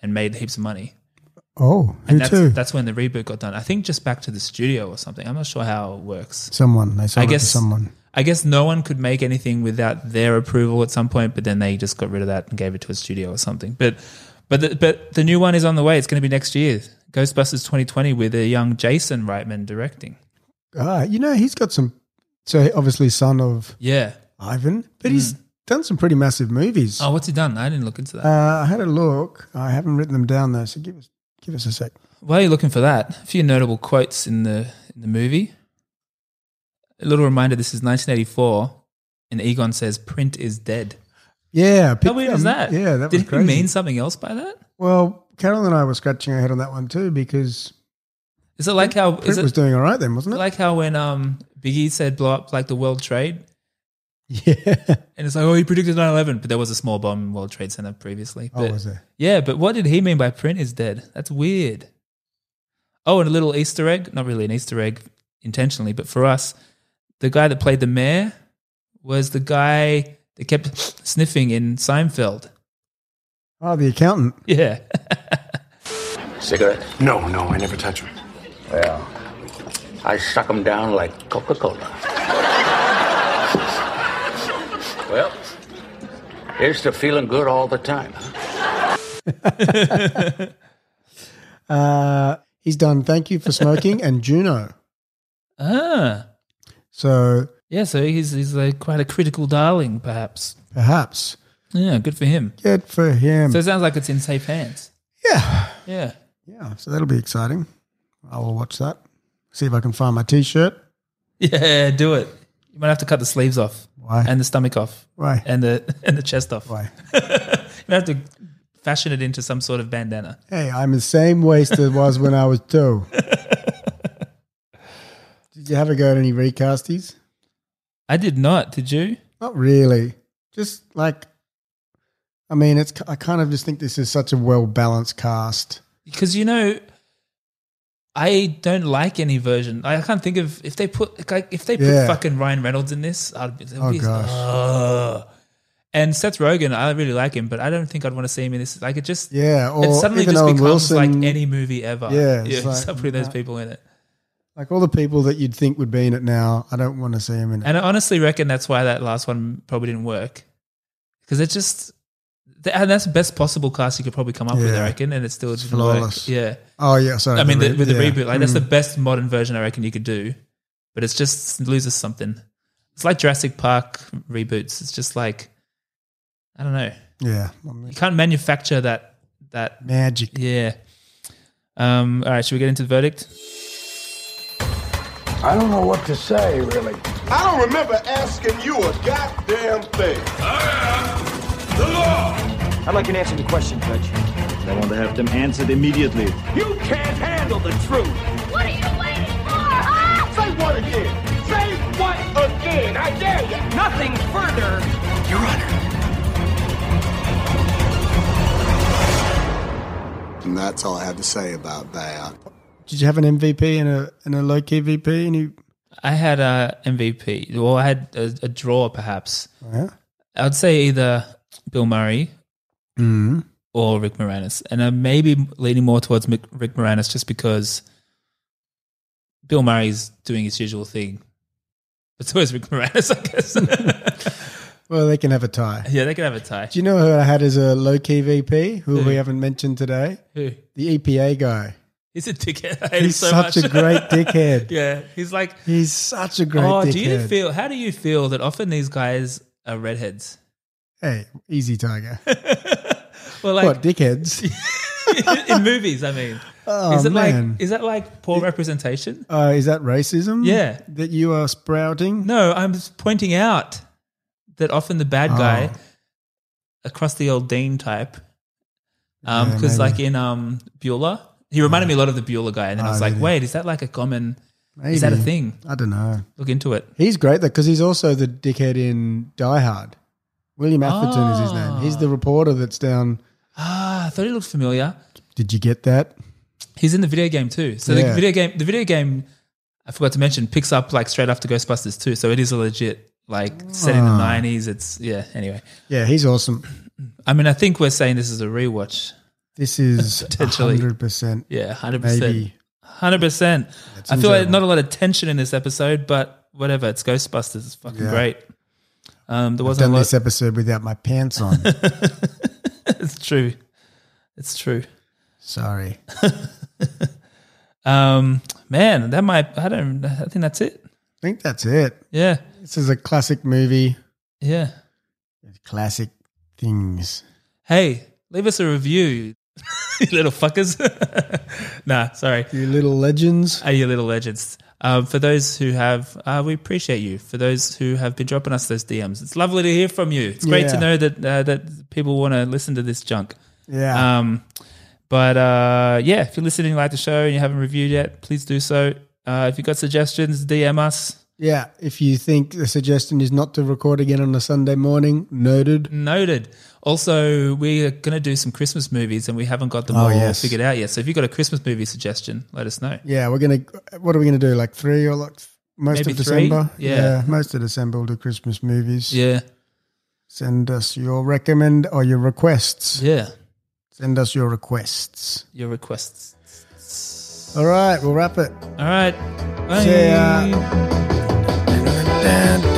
Speaker 6: and made heaps of money.
Speaker 7: Oh, who
Speaker 6: And that's,
Speaker 7: too?
Speaker 6: that's when the reboot got done. I think just back to the studio or something. I'm not sure how it works.
Speaker 7: Someone. They sold
Speaker 6: I
Speaker 7: it to
Speaker 6: guess
Speaker 7: someone.
Speaker 6: I guess no one could make anything without their approval at some point, but then they just got rid of that and gave it to a studio or something. But but the, but the new one is on the way. It's going to be next year. Ghostbusters 2020 with a young Jason Reitman directing.
Speaker 7: Ah, you know, he's got some. So obviously, son of
Speaker 6: Yeah. Hmm.
Speaker 7: Ivan, but he's done some pretty massive movies.
Speaker 6: Oh, what's he done? I didn't look into that.
Speaker 7: Uh, I had a look. I haven't written them down though, so give us give us a sec.
Speaker 6: While you're looking for that, a few notable quotes in the in the movie. A little reminder: this is 1984, and Egon says, "Print is dead."
Speaker 7: Yeah,
Speaker 6: How weird is that?
Speaker 7: Yeah, that
Speaker 6: did
Speaker 7: was crazy.
Speaker 6: he mean something else by that?
Speaker 7: Well, Carol and I were scratching our head on that one too because
Speaker 6: Is it like how is
Speaker 7: Print
Speaker 6: it
Speaker 7: was doing all right then, wasn't it?
Speaker 6: like how when um Biggie said blow up like the World
Speaker 7: <laughs>
Speaker 6: Trade? Yeah, and it's like oh he predicted 9-11, but there was a small bomb in World Trade Center previously.
Speaker 7: Oh,
Speaker 6: But,
Speaker 7: was there?
Speaker 6: Yeah, but what did he mean by print is dead? That's weird. Oh, and a little Easter egg. Not really an Easter egg intentionally, but for us, the guy that played the mayor was the guy that kept <sniffs> sniffing in Seinfeld. <laughs>
Speaker 7: Oh, the accountant.
Speaker 6: Yeah.
Speaker 23: Cigarette? No, no, I never touch them. Well, I suck them down like Coca Cola. <laughs> well, here's to feeling good all the time.
Speaker 7: Uh, he's done. Thank you for smoking and Juno. <laughs>
Speaker 6: Ah.
Speaker 7: So
Speaker 6: Yeah, so he's he's like quite a critical darling, perhaps.
Speaker 7: perhaps
Speaker 6: Yeah, good for him.
Speaker 7: good for him.
Speaker 6: So it sounds like it's in safe hands.
Speaker 7: Yeah.
Speaker 6: Yeah.
Speaker 7: Yeah, so that'll be exciting. I will watch that. See if I can find my T-shirt.
Speaker 6: Yeah, do it. You might have to cut the sleeves off.
Speaker 7: Why?
Speaker 6: And the stomach off.
Speaker 7: Why?
Speaker 6: And the <laughs> and the chest off.
Speaker 7: Why?
Speaker 6: you might have to fashion it into some sort of bandana.
Speaker 7: Hey, I'm the same waist as was when I was
Speaker 6: <laughs>
Speaker 7: two. Did you have a go at any recasties?
Speaker 6: I did not. Did you?
Speaker 7: Not really. Just like, I mean, it's. I kind of just think this is such a well balanced cast.
Speaker 6: Because you know, I don't like any version. I can't think of if they put like if they put
Speaker 7: Yeah.
Speaker 6: fucking Ryan Reynolds in this. I'd be,
Speaker 7: Oh,
Speaker 6: be-
Speaker 7: gosh.
Speaker 6: Ugh. And Seth Rogen, I really like him, but I don't think I'd want to see him in this. Like it just
Speaker 7: Yeah,
Speaker 6: it
Speaker 7: or
Speaker 6: suddenly
Speaker 7: even
Speaker 6: just
Speaker 7: Owen
Speaker 6: becomes
Speaker 7: Wilson.
Speaker 6: like any movie ever.
Speaker 7: Yeah,
Speaker 6: <laughs>
Speaker 7: it's like-
Speaker 6: somebody those people in it.
Speaker 7: Like all the people that you'd think would be in it now, I don't want to see them in it.
Speaker 6: And I honestly reckon that's why that last one probably didn't work because it just th- and that's the best possible cast you could probably come up with, I
Speaker 7: Yeah.
Speaker 6: reckon, and it still didn't
Speaker 7: flawless.
Speaker 6: work. Yeah.
Speaker 7: Oh, yeah, sorry,
Speaker 6: I mean,
Speaker 7: the
Speaker 6: the
Speaker 7: re-
Speaker 6: with the
Speaker 7: yeah.
Speaker 6: reboot, like that's
Speaker 7: Mm.
Speaker 6: the best modern version I reckon you could do, but it's just loses something. It's like Jurassic Park reboots. It's just like I don't know.
Speaker 7: Yeah.
Speaker 6: you can't manufacture that that
Speaker 7: magic.
Speaker 6: Yeah. Um, all right, should we get into the verdict?
Speaker 1: I don't know what to say, really.
Speaker 10: I don't remember asking you a goddamn thing. the law.
Speaker 14: I'd like an answer to the question, Judge.
Speaker 12: I want to have them answered immediately.
Speaker 1: You can't handle the truth. What are you waiting for? Say what again? Say what again? I dare you. Nothing further, Your Honor.
Speaker 24: And that's all I have to say about that.
Speaker 7: Did you have an MVP and a and a low key VP? Any?
Speaker 6: I had a MVP, or I had a, a draw, perhaps.
Speaker 7: Oh, yeah?
Speaker 6: I'd say either Bill Murray
Speaker 7: Mm.
Speaker 6: or Rick Moranis, and I'm maybe leaning more towards Mick- Rick Moranis just because Bill Murray's doing his usual thing, <laughs> but so is Rick Moranis, I guess. <laughs>
Speaker 7: Well, they can have a tie.
Speaker 6: yeah, they could have a tie.
Speaker 7: Do you know who I had as a low key VP? Who,
Speaker 6: Who?
Speaker 7: we haven't mentioned today?
Speaker 6: Who?
Speaker 7: The EPA guy.
Speaker 6: He's a dickhead. I hate him
Speaker 7: He's
Speaker 6: so
Speaker 7: such
Speaker 6: much.
Speaker 7: a great
Speaker 6: <laughs>
Speaker 7: dickhead.
Speaker 6: yeah, he's like
Speaker 7: He's such a great
Speaker 6: Oh,
Speaker 7: dickhead.
Speaker 6: do you feel? How do you feel that often these guys are redheads?
Speaker 7: hey, easy tiger.
Speaker 6: <laughs> Well, like
Speaker 7: what dickheads?
Speaker 6: <laughs> in movies, I mean,
Speaker 7: Oh,
Speaker 6: is it
Speaker 7: man.
Speaker 6: like is that like poor representation?
Speaker 7: Uh, is that racism?
Speaker 6: Yeah.
Speaker 7: that you are sprouting.
Speaker 6: No, I'm just pointing out that often the bad
Speaker 7: Oh.
Speaker 6: guy across the old Dean type, um,
Speaker 7: Yeah,
Speaker 6: because
Speaker 7: maybe.
Speaker 6: like in um Bueller, he reminded me a lot of the Bueller guy, and then I
Speaker 7: Oh,
Speaker 6: was like,
Speaker 7: did he?
Speaker 6: wait, is that like a common? Is that a
Speaker 7: Maybe.
Speaker 6: thing?
Speaker 7: I don't know.
Speaker 6: Look into it.
Speaker 7: He's great though because he's also the dickhead in Die Hard. William Atherton is his name. He's the reporter that's down.
Speaker 6: Ah, I thought he looked familiar.
Speaker 7: Did you get that?
Speaker 6: He's in the video game too. So
Speaker 7: Yeah.
Speaker 6: the video game, the video game, I forgot to mention, picks up like straight after Ghostbusters too. So it is a legit like set in the
Speaker 7: Ah.
Speaker 6: nineties. It's yeah. Anyway,
Speaker 7: Yeah, he's awesome.
Speaker 6: I mean, I think we're saying this is a rewatch.
Speaker 7: This
Speaker 6: <laughs>
Speaker 7: is
Speaker 6: Potentially.
Speaker 7: hundred percent.
Speaker 6: Yeah, hundred percent,
Speaker 7: Maybe.
Speaker 6: hundred percent. I
Speaker 7: seems
Speaker 6: feel like
Speaker 7: that
Speaker 6: not a lot of tension in this episode, but whatever. It's Ghostbusters. It's fucking
Speaker 7: Yeah.
Speaker 6: great. Um, there
Speaker 7: I've
Speaker 6: wasn't
Speaker 7: done
Speaker 6: a lot.
Speaker 7: this episode without my pants on.
Speaker 6: <laughs> it's true. It's true.
Speaker 7: Sorry.
Speaker 6: <laughs>
Speaker 7: <laughs>
Speaker 6: um, <laughs> man, that might. I don't. I think that's it.
Speaker 7: I think that's it.
Speaker 6: Yeah.
Speaker 7: This is a classic movie.
Speaker 6: Yeah.
Speaker 7: Classic things.
Speaker 6: Hey, leave us a review, <laughs> you little fuckers. <laughs> nah, sorry.
Speaker 7: You little legends.
Speaker 6: Are you little legends? Um, for those who have, uh, we appreciate you. For those who have been dropping us those DMs, it's lovely to hear from you. It's great
Speaker 7: Yeah.
Speaker 6: to know that uh, that people want to listen to this junk.
Speaker 7: Yeah.
Speaker 6: Um, but uh, yeah, if you're listening, like the show, and you haven't reviewed yet, please do so. Uh, if you've got suggestions, DM us.
Speaker 7: Yeah. If you think the suggestion is not to record again on a Sunday morning, noted.
Speaker 6: Noted. Also, we are going to do some Christmas movies, and we haven't got them
Speaker 7: Oh,
Speaker 6: all
Speaker 7: yes.
Speaker 6: figured out yet. So if you've got a Christmas movie suggestion, let us know.
Speaker 7: Yeah, we're gonna. What are we gonna do? Like three or like most
Speaker 6: Maybe
Speaker 7: of
Speaker 6: three?
Speaker 7: December?
Speaker 6: Yeah.
Speaker 7: most of December we'll do Christmas movies.
Speaker 6: Yeah.
Speaker 7: Send us your recommend or your requests.
Speaker 6: Yeah.
Speaker 7: Send us your requests.
Speaker 6: Your requests.
Speaker 7: All right, we'll wrap it.
Speaker 6: All right. Bye.
Speaker 7: See ya.